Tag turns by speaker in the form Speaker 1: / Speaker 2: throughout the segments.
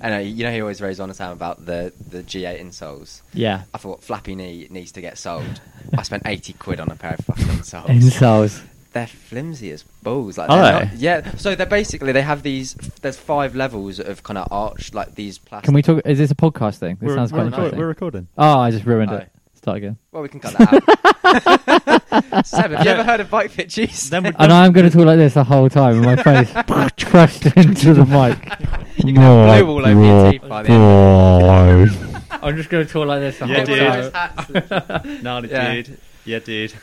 Speaker 1: I know, you know, he always raised on a time about the, the G8 insoles.
Speaker 2: Yeah.
Speaker 1: I thought Flappy Knee needs to get sold. I spent 80 quid on a pair of fucking insoles.
Speaker 2: Insoles.
Speaker 1: They're flimsy as balls. Like,
Speaker 2: Are
Speaker 1: they're
Speaker 2: they?
Speaker 1: not- yeah. So they're basically, they have these, there's five levels of kind of arch, like these plastic.
Speaker 2: Can we talk? Is this a podcast thing? This
Speaker 3: We're,
Speaker 2: sounds
Speaker 3: we're,
Speaker 2: quite
Speaker 1: recording-
Speaker 2: interesting.
Speaker 3: record- we're recording.
Speaker 2: oh, I just ruined
Speaker 1: Aye.
Speaker 2: it. Start again.
Speaker 1: Well, we can cut that out. Seb, have you ever heard of bike fit cheese?
Speaker 3: Then we-
Speaker 2: And I'm going to talk like this the whole time, and my face crushed into the mic.
Speaker 1: you can have blue all over your teeth by the end.
Speaker 2: I'm just going to talk like this the
Speaker 3: Yeah,
Speaker 2: whole
Speaker 3: dude.
Speaker 2: time.
Speaker 3: No,
Speaker 1: Yeah.
Speaker 3: dude. Yeah, dude.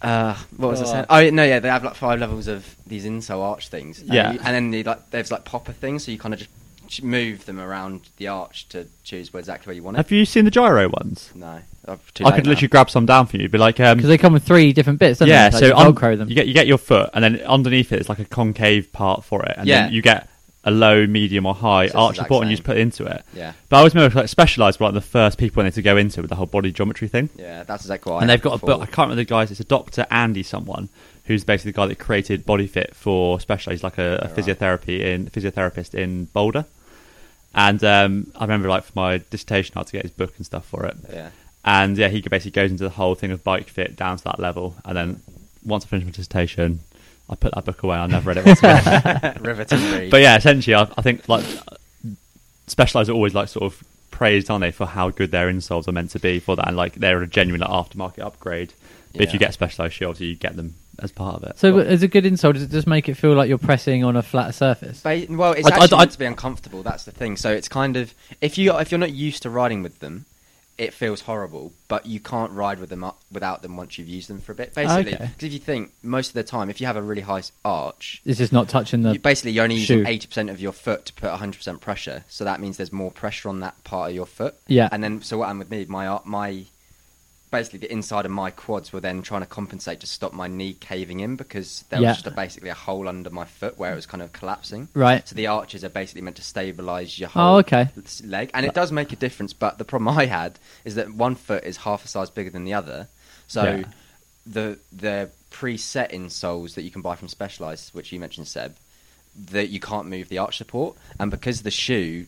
Speaker 1: Uh, what was I
Speaker 2: Oh.
Speaker 1: saying? Oh no, yeah, they have like five levels of these insole arch things. And
Speaker 3: Yeah.
Speaker 1: you- and then they, like there's like popper things, so you kind of just ch- move them around the arch to choose where exactly where you want it.
Speaker 3: Have you seen the gyro ones?
Speaker 1: No, I'm too
Speaker 3: I
Speaker 1: late
Speaker 3: could
Speaker 1: now.
Speaker 3: literally grab some down for you. Be like, um,
Speaker 2: Because they come with three different bits, don't
Speaker 3: yeah.
Speaker 2: they? Like
Speaker 3: so
Speaker 2: you
Speaker 3: un-
Speaker 2: Velcro them.
Speaker 3: you get you get your foot, and then underneath it is like a concave part for it, and
Speaker 1: Yeah.
Speaker 3: then you get a low, medium, or high
Speaker 1: So it's
Speaker 3: arch
Speaker 1: exact
Speaker 3: support, and you
Speaker 1: same.
Speaker 3: just put it into it.
Speaker 1: Yeah,
Speaker 3: But I always remember like specialized were like the first people when they to go into with the whole body geometry thing.
Speaker 1: yeah, that's exactly what.
Speaker 3: and
Speaker 1: I
Speaker 3: they've got a
Speaker 1: thought.
Speaker 3: book. I can't remember the guys. It's a doctor Andy someone who's basically the guy that created Body Fit for Specialized, like a, a
Speaker 1: Alright.
Speaker 3: physiotherapy in physiotherapist in Boulder. And um, I remember like for my dissertation, I had to get his book and stuff for it.
Speaker 1: Yeah.
Speaker 3: And yeah, he basically goes into the whole thing of bike fit down to that level. And then once I finished my dissertation, I put that book away. I never read it once again.
Speaker 1: Riveting read.
Speaker 3: but yeah, essentially, I, I think like specialized are always like sort of praised, aren't they, for how good their insoles are meant to be for that, and like they're a genuine like, aftermarket upgrade. But if
Speaker 1: Yeah.
Speaker 3: you get specialized shoe, obviously you get them as part of it.
Speaker 2: so,
Speaker 3: But-
Speaker 2: as a good insole, does it just make it feel like you're pressing on a flat surface?
Speaker 1: Ba- well, it's
Speaker 3: I- I-
Speaker 1: actually
Speaker 3: I-
Speaker 1: meant to be uncomfortable. That's the thing. So it's kind of if you if you're not used to riding with them, it feels horrible. But you can't ride with them up without them once you've used them for a bit. Basically,
Speaker 2: Okay.
Speaker 1: 'Cause if you think most of the time, if you have a really high s- arch,
Speaker 2: It's just not touching the.
Speaker 1: you, basically you're only using
Speaker 2: shoe.
Speaker 1: eighty percent of your foot to put hundred percent pressure. So that means there's more pressure on that part of your foot.
Speaker 2: Yeah.
Speaker 1: And then so what I'm with me, my ar- my basically the inside of my quads were then trying to compensate to stop my knee caving in because there
Speaker 2: Yeah.
Speaker 1: was just a, basically a hole under my foot where it was kind of collapsing.
Speaker 2: Right.
Speaker 1: So the arches are basically meant to stabilize your
Speaker 2: Oh,
Speaker 1: whole
Speaker 2: okay.
Speaker 1: s- leg, and it does make a difference. But the problem I had is that one foot is half a size bigger than the other, so
Speaker 3: Yeah.
Speaker 1: the the preset insoles that you can buy from Specialized, which you mentioned, Seb, that you can't move the arch support, and because the shoe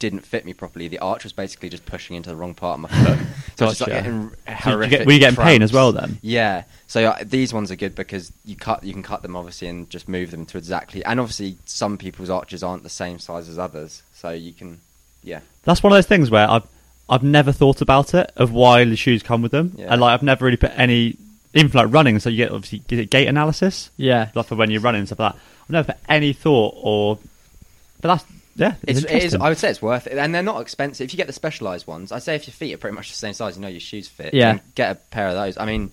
Speaker 1: didn't fit me properly, the arch was basically just pushing into the wrong part of my foot. so I was just like
Speaker 3: Gotcha.
Speaker 1: getting
Speaker 3: So you
Speaker 1: horrific.
Speaker 3: get- were you getting pain as
Speaker 1: cramps.
Speaker 3: well then?
Speaker 1: Yeah. So uh, these ones are good because you cut you can cut them obviously and just move them to exactly. And obviously some people's arches aren't the same size as others, so you can yeah.
Speaker 3: That's one of those things where I've I've never thought about it of why the shoes come with them,
Speaker 1: Yeah.
Speaker 3: and like I've never really put any even for like running. So you get obviously is it gait analysis,
Speaker 2: yeah.
Speaker 3: like for when you're running and stuff like that. I've never put any thought or, but that's yeah,
Speaker 1: It's,
Speaker 3: it's,
Speaker 1: it is,
Speaker 3: interesting.
Speaker 1: I would say it's worth it, and they're not expensive. If you get the specialized ones, I'd say if your feet are pretty much the same size, you know your shoes fit.
Speaker 2: Yeah.
Speaker 1: then get a pair of those. I mean,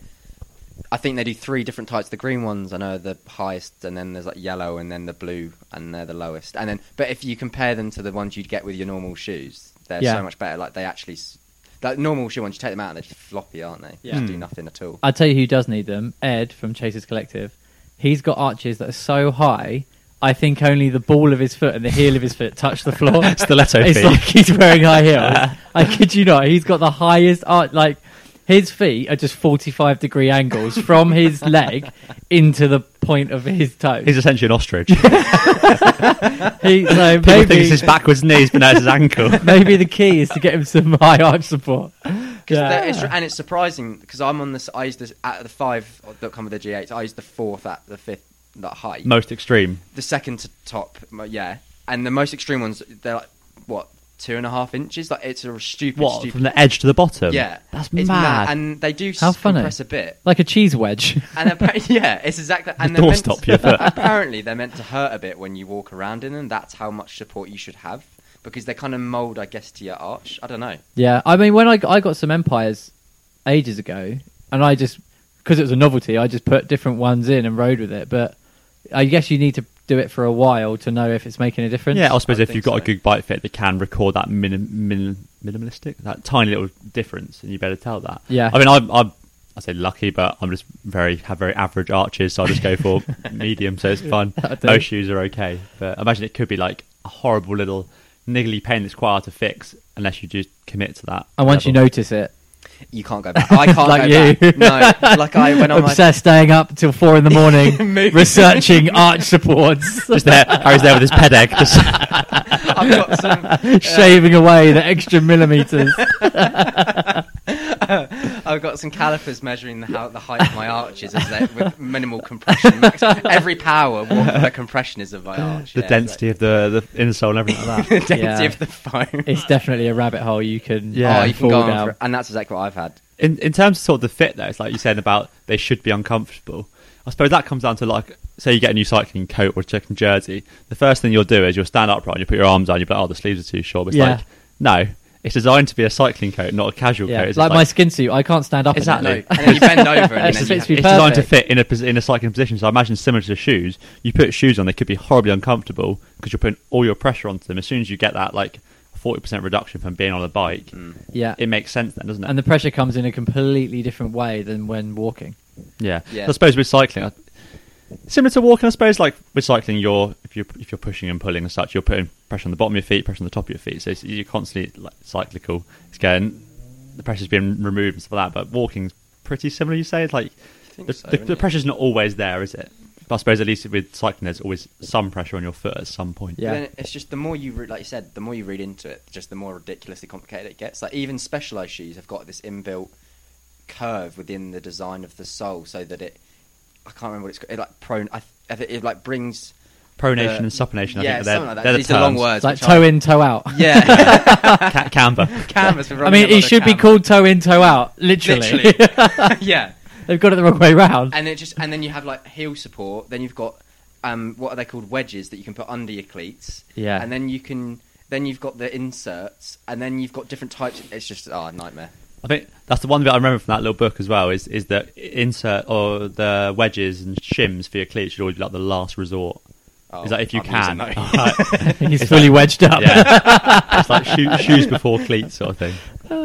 Speaker 1: I think they do three different types. The green ones, I know, are the highest, and then there's like yellow, and then the blue, and they're the lowest. And then, but if you compare them to the ones you'd get with your normal shoes, they're
Speaker 2: Yeah.
Speaker 1: so much better. Like they actually, s- like normal shoe ones, you take them out, and they're just floppy, aren't they?
Speaker 2: Yeah.
Speaker 1: Just do
Speaker 3: Hmm.
Speaker 1: nothing at all.
Speaker 2: I tell you who does need them. Ed from Chasers Collective. He's got arches that are so high. I think only the ball of his foot and the heel of his foot touch the floor.
Speaker 3: Stiletto
Speaker 2: it's
Speaker 3: feet.
Speaker 2: like he's wearing high heels. I kid you not. He's got the highest arch. Like his feet are just forty-five degree angles from his leg into the point of his toe.
Speaker 3: He's essentially an ostrich.
Speaker 2: He, so
Speaker 3: People think
Speaker 2: maybe
Speaker 3: it's his backwards knees, but now it's his ankle.
Speaker 2: maybe the key is to get him some high arch support.
Speaker 1: Cause
Speaker 2: Yeah.
Speaker 1: they're- it's, and it's surprising because I'm on this. I used this out of the five that come with the G8. I used the fourth at the fifth that height.
Speaker 3: Most extreme.
Speaker 1: the second to top, m- yeah. And the most extreme ones, they're like what two and a half inches. Like it's a stupid,
Speaker 3: What
Speaker 1: stupid.
Speaker 3: from the edge to the bottom?
Speaker 1: yeah,
Speaker 3: that's
Speaker 1: It's
Speaker 3: mad.
Speaker 1: And they do s-
Speaker 2: How funny.
Speaker 1: compress a bit.
Speaker 2: Like a cheese wedge.
Speaker 1: And appa- yeah, it's exactly. And
Speaker 3: The
Speaker 1: they're meant
Speaker 3: doorstop your foot.
Speaker 1: apparently, they're meant to hurt a bit when you walk around in them. That's how much support you should have because they kind of mold, I guess, to your arch. I don't know.
Speaker 2: Yeah, I mean, when I, I got some empires ages ago, and I just because it was a novelty, I just put different ones in and rode with it. But I guess you need to do it for a while to know if it's making a difference.
Speaker 3: yeah, I suppose
Speaker 1: I
Speaker 3: if you've
Speaker 1: think
Speaker 3: got a
Speaker 1: so.
Speaker 3: good bike fit, they can record that minim, minim, minimalistic, that tiny little difference, and you better tell that.
Speaker 2: Yeah.
Speaker 3: I mean, I'm, I'm I say lucky, but I'm just very have very average arches, so I just go for medium, so it's fine.
Speaker 2: That'll do.
Speaker 3: Most shoes are okay, but I imagine it could be like a horrible little niggly pain that's quite hard to fix unless you just commit to that.
Speaker 2: and once you
Speaker 3: level.
Speaker 2: notice it,
Speaker 1: You can't go back. I can't
Speaker 2: Like
Speaker 1: go
Speaker 2: you.
Speaker 1: back. No, like I when I'm like,
Speaker 2: obsessed, staying up till four in the morning,
Speaker 1: Moving.
Speaker 2: researching arch supports,
Speaker 3: Just there, Harry's there with his ped egg. Just,
Speaker 1: I've got some.
Speaker 2: shaving away the extra millimeters.
Speaker 1: I've got some calipers measuring the, how, the height of my arches is that with minimal compression. Max- every power, what the compression is of my arch.
Speaker 3: the
Speaker 1: yeah,
Speaker 3: density of the, the insole and everything like
Speaker 1: it's like-
Speaker 3: that.
Speaker 1: the density
Speaker 2: Yeah.
Speaker 1: of the foam.
Speaker 2: It's definitely a rabbit hole you can
Speaker 3: Yeah.
Speaker 1: oh,
Speaker 2: uh,
Speaker 1: you can
Speaker 2: fall
Speaker 1: go on
Speaker 2: down.
Speaker 1: for, and that's exactly what I've had.
Speaker 3: in in terms of sort of the fit though, it's like you said about they should be uncomfortable. I suppose that comes down to like say you get a new cycling coat or a cycling jersey. The first thing you'll do is you'll stand upright and you put your arms down. You'll be like, oh, the sleeves are too short. But it's
Speaker 2: Yeah.
Speaker 3: like no, it's designed to be a cycling coat, not a casual
Speaker 2: yeah,
Speaker 3: coat.
Speaker 2: like,
Speaker 3: It's
Speaker 2: my skin suit, I can't stand up. in it.
Speaker 1: No,
Speaker 3: Exactly.
Speaker 1: and then you bend over and
Speaker 2: It's
Speaker 1: then you
Speaker 2: supposed
Speaker 1: have,
Speaker 2: to be
Speaker 3: it's designed to
Speaker 2: perfect.
Speaker 3: fit in a posi- in a cycling position. So I imagine similar to shoes, you put shoes on, they could be horribly uncomfortable because you're putting all your pressure onto them. As soon as you get that like forty percent reduction from being on a bike,
Speaker 2: Yeah,
Speaker 3: it makes sense then, doesn't it?
Speaker 2: Mm. and the pressure comes in a completely different way than when walking.
Speaker 3: Yeah.
Speaker 1: Yeah.
Speaker 3: So I suppose with cycling, I- similar to walking, I suppose like with cycling, you're if you if you're pushing and pulling and such, you're putting pressure on the bottom of your feet, pressure on the top of your feet. So it's, you're constantly like cyclical. It's getting the pressure's being removed and stuff like that. But walking's pretty similar. You say it's like
Speaker 1: think
Speaker 3: the,
Speaker 1: so,
Speaker 3: the,
Speaker 1: isn't
Speaker 3: the
Speaker 1: it?
Speaker 3: pressure's not always there, is it? But I suppose at least with cycling, there's always some pressure on your foot at some point.
Speaker 2: Yeah.
Speaker 1: Then it's just the more you re- like you said, the more you read into it, just the more ridiculously complicated it gets. Like even specialized shoes have got this inbuilt curve within the design of the sole, so that it I can't remember what it's called. It like prone. I, I think it like brings.
Speaker 3: Pronation
Speaker 1: Uh,
Speaker 3: and supination. I
Speaker 1: yeah,
Speaker 3: think they're,
Speaker 1: something like that.
Speaker 3: they're the
Speaker 1: These are long
Speaker 3: terms.
Speaker 1: words.
Speaker 2: It's like
Speaker 1: which
Speaker 2: toe
Speaker 1: I-
Speaker 2: in, toe out.
Speaker 1: Yeah,
Speaker 3: Ca- camber.
Speaker 1: canvas.
Speaker 2: I mean, it should be called toe in, toe out. Literally,
Speaker 1: literally. yeah.
Speaker 2: they've got it the wrong way round.
Speaker 1: and it just and then you have like heel support. Then you've got um, what are they called wedges that you can put under your cleats.
Speaker 2: Yeah.
Speaker 1: and then you can then you've got the inserts, and then you've got different types. It's just oh a nightmare.
Speaker 3: I think that's the one bit I remember from that little book as well is is that insert or the wedges and shims for your cleats should always be like the last resort.
Speaker 1: Oh,
Speaker 3: is that if you
Speaker 1: I'm using
Speaker 3: can?
Speaker 1: that.
Speaker 3: Alright.
Speaker 2: He's fully wedged up.
Speaker 3: yeah, it's like shoe, shoes before cleats sort of thing.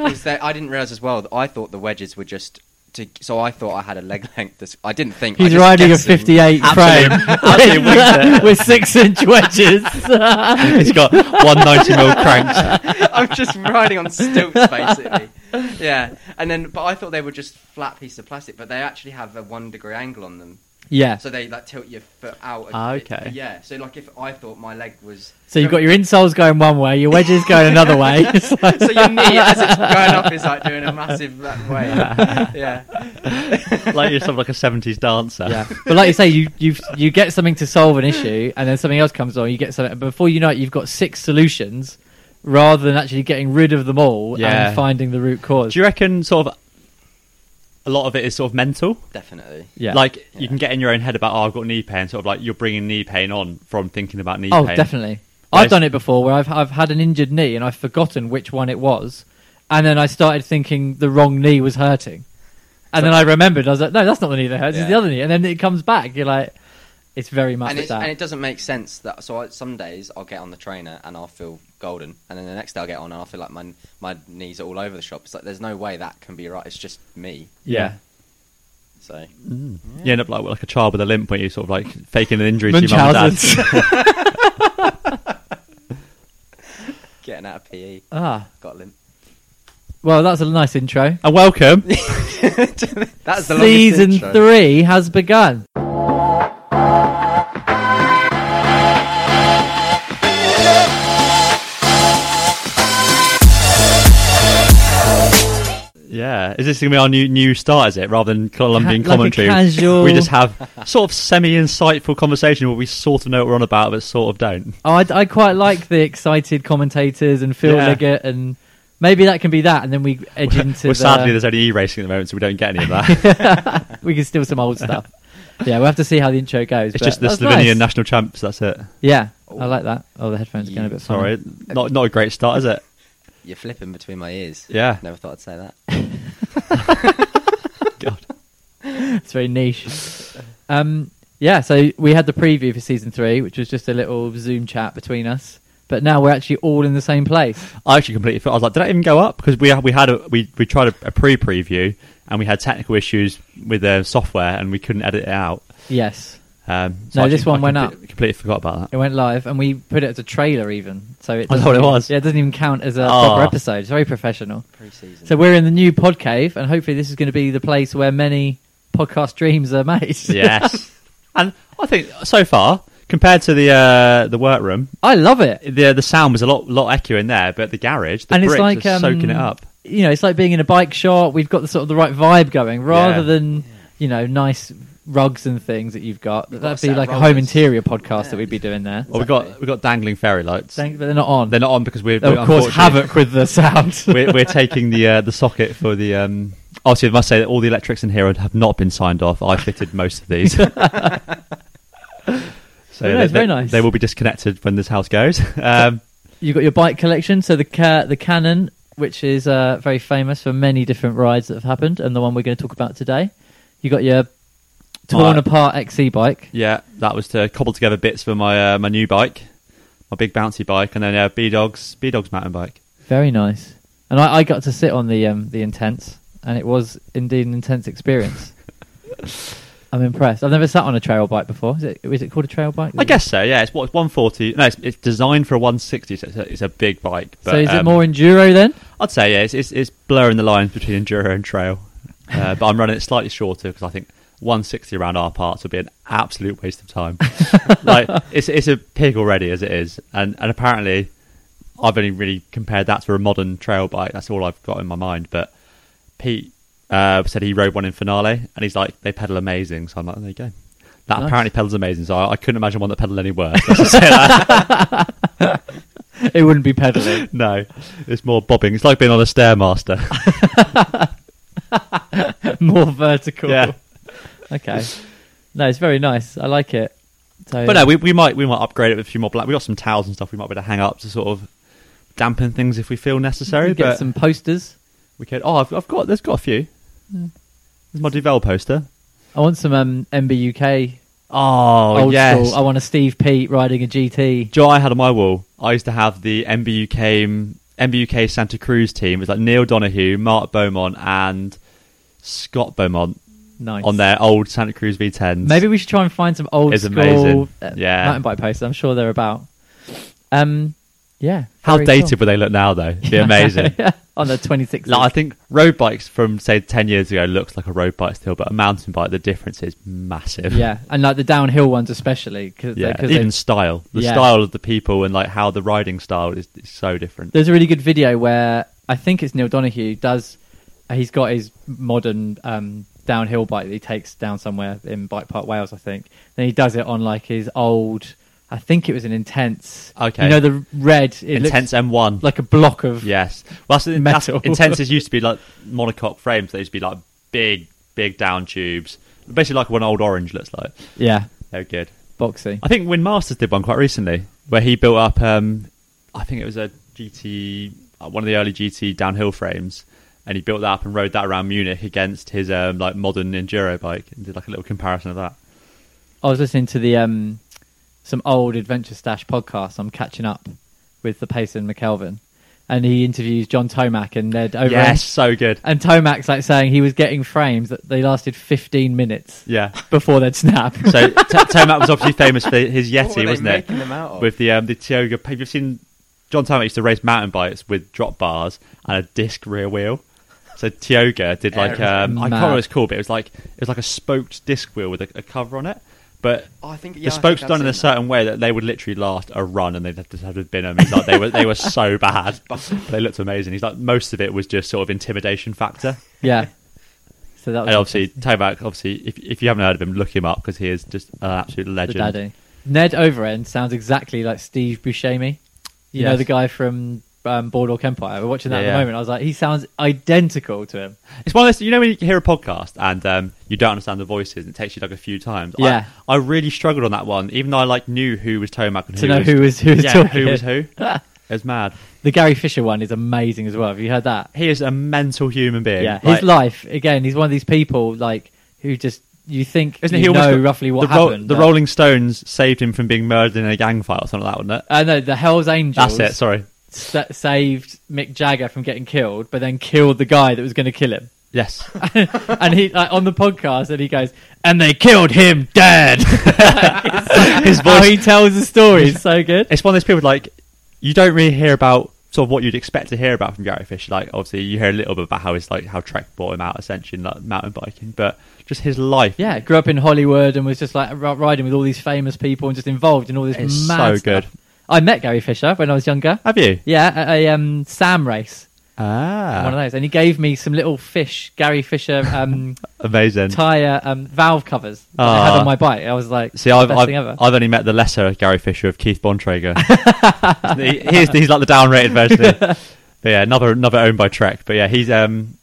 Speaker 1: Is there- I didn't realize as well that I thought the wedges were just. To, so I thought I had a leg length. This I didn't think. I
Speaker 2: He's
Speaker 1: just
Speaker 2: riding a
Speaker 1: guessed them.
Speaker 2: 58 frame
Speaker 3: Absolute- absolute
Speaker 2: with, with six inch wedges.
Speaker 3: It's got one ninety mil cranks.
Speaker 1: I'm just riding on stilts, basically. Yeah, and then but I thought they were just flat piece of plastic, but they actually have a one degree angle on them.
Speaker 2: yeah.
Speaker 1: So they like tilt your foot out.
Speaker 3: Ah,
Speaker 1: It-
Speaker 3: okay.
Speaker 1: yeah. So like if I thought my leg was.
Speaker 2: So you've got your insoles going one way, your wedges going another way. It's like-
Speaker 1: so your knee as it's going up is like doing a massive that way. Yeah.
Speaker 3: Like you're sort of like a seventies dancer.
Speaker 2: yeah. But like you say, you you you get something to solve an issue, and then something else comes on. You get something before you know it, you've got six solutions, rather than actually getting rid of them all
Speaker 3: Yeah.
Speaker 2: and finding the root cause.
Speaker 3: Do you reckon sort of a lot of it is sort of mental?
Speaker 1: Definitely.
Speaker 2: yeah.
Speaker 3: Like
Speaker 1: Yeah.
Speaker 3: you can get in your own head about oh I've got knee pain, sort of like you're bringing knee pain on from thinking about knee
Speaker 2: oh,
Speaker 3: pain.
Speaker 2: definitely.
Speaker 3: Like-
Speaker 2: I've done it before where I've I've had an injured knee and I've forgotten which one it was, and then I started thinking the wrong knee was hurting, and then I remembered I was like, no, that's not the knee that hurts, it's the
Speaker 1: Yeah.
Speaker 2: other knee, and then it comes back. You're like, it's very much
Speaker 1: And, it's,
Speaker 2: that.
Speaker 1: and it doesn't make sense that so I, some days I'll get on the trainer and I'll feel golden, and then the next day I'll get on and I'll feel like my my knees are all over the shop. It's like there's no way that can be right. It's just me.
Speaker 2: yeah.
Speaker 1: So
Speaker 3: You end up like like a child with a limp when you sort of like faking an injury to your mum and dad.
Speaker 2: Munchausen's.
Speaker 1: getting out of PE,
Speaker 2: ah,
Speaker 1: got a limp.
Speaker 2: well, that's a nice intro.
Speaker 3: And Uh, welcome.
Speaker 1: That's the longest
Speaker 2: Season
Speaker 1: intro.
Speaker 2: three has begun.
Speaker 3: yeah, is this going to be our new new start? Is it rather than Colombian
Speaker 2: Ca- like a
Speaker 3: commentary?
Speaker 2: casual-
Speaker 3: We just have sort of semi-insightful conversation where we sort of know what we're on about, but sort of don't.
Speaker 2: Oh, I, I quite like the excited commentators and Phil
Speaker 3: Yeah.
Speaker 2: Liggett, and maybe that can be that, and then we edge into
Speaker 3: well,
Speaker 2: the,
Speaker 3: sadly, there's only e-racing at the moment, so we don't get any of that.
Speaker 2: we can steal some old stuff. Yeah, we'll have to see how the intro goes.
Speaker 3: it's
Speaker 2: but
Speaker 3: just the
Speaker 2: that's
Speaker 3: Slovenian
Speaker 2: nice.
Speaker 3: national champs. That's it.
Speaker 2: Yeah, I
Speaker 1: Oh.
Speaker 2: like that. Oh, the headphones are going a bit. funny.
Speaker 3: Sorry, not not a great start, is it?
Speaker 1: You're flipping between my ears.
Speaker 3: Yeah.
Speaker 1: Never thought I'd say that.
Speaker 3: God.
Speaker 2: it's very niche. Um, yeah, so we had the preview for season three, which was just a little Zoom chat between us. But now we're actually all in the same place.
Speaker 3: I actually completely. forgot. I was like, did that even go up? Because we we had a, we we tried a, a pre-preview and we had technical issues with the software and we couldn't edit it out.
Speaker 2: Yes,
Speaker 3: Um,
Speaker 2: No,
Speaker 3: actually,
Speaker 2: this one
Speaker 3: I
Speaker 2: went
Speaker 3: complete- Completely forgot about that.
Speaker 2: It went live, and we put it as a trailer, even so. It
Speaker 3: I
Speaker 2: doesn't
Speaker 3: thought it
Speaker 2: even-
Speaker 3: was.
Speaker 2: Yeah, it doesn't even count as a
Speaker 3: Oh.
Speaker 2: proper episode. It's very professional.
Speaker 1: Pre-season.
Speaker 2: So we're in the new pod cave, and hopefully this is going to be the place where many podcast dreams are made.
Speaker 3: yes, and I think so far compared to the uh, the workroom,
Speaker 2: I love it.
Speaker 3: the the sound was a lot lot eckier in there, but the garage, the
Speaker 2: and
Speaker 3: bricks
Speaker 2: it's like
Speaker 3: are
Speaker 2: um,
Speaker 3: soaking it up.
Speaker 2: You know, it's like being in a bike shop. We've got the sort of the right vibe going, rather
Speaker 3: Yeah.
Speaker 2: than you know nice rugs and things that you've got.
Speaker 1: We've got a
Speaker 2: That'd
Speaker 1: set
Speaker 2: be
Speaker 1: of
Speaker 2: like a
Speaker 1: rollers.
Speaker 2: home interior podcast that
Speaker 1: Yeah.
Speaker 2: we'd be doing there.
Speaker 3: Well, we got we got dangling fairy lights.
Speaker 2: Thank- but they're not on.
Speaker 3: Oh. They're not on because we're
Speaker 2: They'll cause
Speaker 3: unfortunately-
Speaker 2: havoc with the sound.
Speaker 3: we're, we're taking the uh, the socket for the. Um, obviously, I must say that all the electrics in here have not been signed off. I fitted most of these. so
Speaker 2: Very nice,
Speaker 3: they,
Speaker 2: very
Speaker 3: they-
Speaker 2: nice.
Speaker 3: they will be disconnected when this house goes. Um,
Speaker 2: You've got your bike collection, so the ca- the Canon, which is uh, very famous for many different rides that have happened, and the one we're going to talk about today. You got your torn
Speaker 3: My-
Speaker 2: apart XC bike.
Speaker 3: yeah, that was to cobble together bits for my uh, my new bike, my big bouncy bike, and then uh, B Dog's B Dog's mountain bike.
Speaker 2: Very nice, and I, I got to sit on the um, the intense, and it was indeed an intense experience. I'm impressed. I've never sat on a trail bike before. Is it, is it called a trail bike?
Speaker 3: I guess so. Yeah, it's what one forty. No, it's, it's designed for a one sixty. So it's a, it's a big bike. But,
Speaker 2: so. Is it
Speaker 3: um,
Speaker 2: more enduro then?
Speaker 3: I'd say yeah, it's, it's, it's blurring the lines between enduro and trail, uh, but I'm running it slightly shorter because I think 160 around our parts would be an absolute waste of time. like it's it's a pig already as it is, and and apparently I've only really compared that to a modern trail bike. That's all I've got in my mind. But Pete uh, said he rode one in Finale, and he's like they pedal amazing. So I'm like, there you go. That
Speaker 2: Nice.
Speaker 3: apparently pedals amazing. So I, I couldn't imagine one that pedaled any worse.
Speaker 2: It wouldn't be pedaling.
Speaker 3: no, it's more bobbing. It's like being on a stairmaster.
Speaker 2: more vertical.
Speaker 3: Yeah.
Speaker 2: Okay. No, it's very nice. I like it. So,
Speaker 3: But no, we, we might we might upgrade it with a few more black. We got some towels and stuff. We might be able to hang up to sort of dampen things if we feel necessary.
Speaker 2: You
Speaker 3: But
Speaker 2: get some posters.
Speaker 3: we could. Oh, I've, I've got there's got a few.
Speaker 2: Hmm.
Speaker 3: There's my Duvel poster.
Speaker 2: I want some um, MBUK
Speaker 3: Oh
Speaker 2: old
Speaker 3: yes.
Speaker 2: school. I want a Steve Pete riding a GT.
Speaker 3: Do you know what I had on my wall? I used to have the MBUK um, MBUK Santa Cruz team. It was like Neil Donahue, Mark Beaumont, and Scott Beaumont
Speaker 2: Nice
Speaker 3: on their old Santa Cruz V10s.
Speaker 2: Maybe we should try and find some old
Speaker 3: It's
Speaker 2: school
Speaker 3: amazing.
Speaker 2: uh,
Speaker 3: Yeah.
Speaker 2: mountain bike posters. I'm sure they're about. Um, yeah.
Speaker 3: how
Speaker 2: very
Speaker 3: dated
Speaker 2: cool.
Speaker 3: would they look now though? It'd be amazing.
Speaker 2: yeah, on the 26th.
Speaker 3: Like, I think road bikes from say ten years ago looks like a road bike still, but a mountain bike the difference is massive.
Speaker 2: yeah, and like the downhill ones especially because
Speaker 3: yeah. Even style, the
Speaker 2: Yeah.
Speaker 3: style of the people and like how the riding style is, is so different.
Speaker 2: There's a really good video where I think it's Neil Donahue does. He's got his modern um, downhill bike that he takes down somewhere in Bike Park, Wales, I think. Then he does it on like his old. I think it was an intense.
Speaker 3: Okay.
Speaker 2: You know the red. It
Speaker 3: Intense
Speaker 2: intense.
Speaker 3: M1.
Speaker 2: like a block of.
Speaker 3: yes. Well, that's, the- that's
Speaker 2: Metal.
Speaker 3: intenses used to be like monocoque frames. They used to be like big, big down tubes, basically like what an old orange looks like.
Speaker 2: Yeah.
Speaker 3: They're good.
Speaker 2: Boxy.
Speaker 3: I think Win Masters did one quite recently where he built up. Um, I think it was a GT, uh, one of the early GT downhill frames, and he built that up and rode that around Munich against his um, like modern enduro bike and did like a little comparison of that.
Speaker 2: I was listening to the um, some old Adventure Stash podcast. I'm catching up with the Pacer and McKelvin, and he interviews John Tomac and Ned over.
Speaker 3: yes, so good.
Speaker 2: And Tomac's like saying he was getting frames that they lasted 15 minutes.
Speaker 3: Yeah.
Speaker 2: before they'd snap.
Speaker 3: So T- Tomac was obviously famous for his
Speaker 1: What were
Speaker 3: Yeti,
Speaker 1: they
Speaker 3: wasn't it?
Speaker 1: making them out of?
Speaker 3: With the um, the Tioga. Have you seen John Tomac used to race mountain bikes with drop bars and a disc rear wheel? So Tioga did like
Speaker 1: Yeah,
Speaker 3: um, I can't
Speaker 2: mad.
Speaker 3: remember what it's called, but it was like it was like a spoked disc wheel with a, a cover on it. But
Speaker 1: Oh, I think yeah,
Speaker 3: the
Speaker 1: I think
Speaker 3: spokes
Speaker 1: I've
Speaker 3: done in
Speaker 1: seen
Speaker 3: a
Speaker 1: that.
Speaker 3: certain way that they would literally last a run and they'd have to have been them. He's like, they were they were so bad. They looked amazing. He's like most of it was just sort of intimidation factor.
Speaker 2: yeah. So that was
Speaker 3: And obviously Tomac, obviously if, if you haven't heard of him, look him up because he is just an absolute
Speaker 2: the
Speaker 3: legend.
Speaker 2: daddy. Ned Overend sounds exactly like Steve Buscemi. You know
Speaker 3: Yes.
Speaker 2: the guy from um, Boardwalk Empire. We're watching that
Speaker 3: Yeah,
Speaker 2: at the
Speaker 3: yeah.
Speaker 2: moment. I was like, he sounds identical to him.
Speaker 3: It's one of those you know when you hear a podcast and um, you don't understand the voices and it takes you like a few times. I-
Speaker 2: Yeah.
Speaker 3: I, really struggled on that one, even though I like knew who was Tomac and
Speaker 2: To
Speaker 3: who
Speaker 2: know
Speaker 3: was,
Speaker 2: who was- who was
Speaker 3: yeah,
Speaker 2: talking.
Speaker 3: who was who. it was mad.
Speaker 2: The Gary Fisher one is amazing as well. Have you heard that?
Speaker 3: He is a mental human being.
Speaker 2: Yeah.
Speaker 3: Like-
Speaker 2: His life again. He's one of these people like who just you think
Speaker 3: Isn't
Speaker 2: you
Speaker 3: it? He almost
Speaker 2: know
Speaker 3: got-
Speaker 2: roughly what
Speaker 3: the Ro-
Speaker 2: happened.
Speaker 3: the
Speaker 2: but-
Speaker 3: Rolling Stones saved him from being murdered in a gang fight or something like that, wasn't it?
Speaker 2: Uh, no, the Hell's Angels.
Speaker 3: That's it. Sorry.
Speaker 2: sa- saved Mick Jagger from getting killed, but then killed the guy that was going to kill him.
Speaker 3: Yes.
Speaker 2: and he like, on the podcast, and he goes, and they killed him dead. His How he tells the story is so good.
Speaker 3: it's one of those people like you don't really hear about sort of what you'd expect to hear about from Gary Fish. Like obviously you hear a little bit about how his like how Trek brought him out essentially in like, mountain biking, but just his life.
Speaker 2: Yeah, grew up in Hollywood and was just like r- riding with all these famous people and just involved in all this.
Speaker 3: It's
Speaker 2: mad
Speaker 3: so
Speaker 2: stuff.
Speaker 3: good.
Speaker 2: I met Gary Fisher when I was younger.
Speaker 3: Have you?
Speaker 2: Yeah, at a um, Sam race,
Speaker 3: Ah,
Speaker 2: one of those, and he gave me some little fish Gary Fisher um,
Speaker 3: amazing.
Speaker 2: tire um, valve covers that I had
Speaker 3: Ah.
Speaker 2: on my bike. I was like,
Speaker 3: See, I've
Speaker 2: best
Speaker 3: I've,
Speaker 2: thing ever.
Speaker 3: I've only met the lesser Gary Fisher of Keith Bontrager. he, he's, he's like the downrated version. Of, but yeah, another another owned by Trek. But yeah, he's um.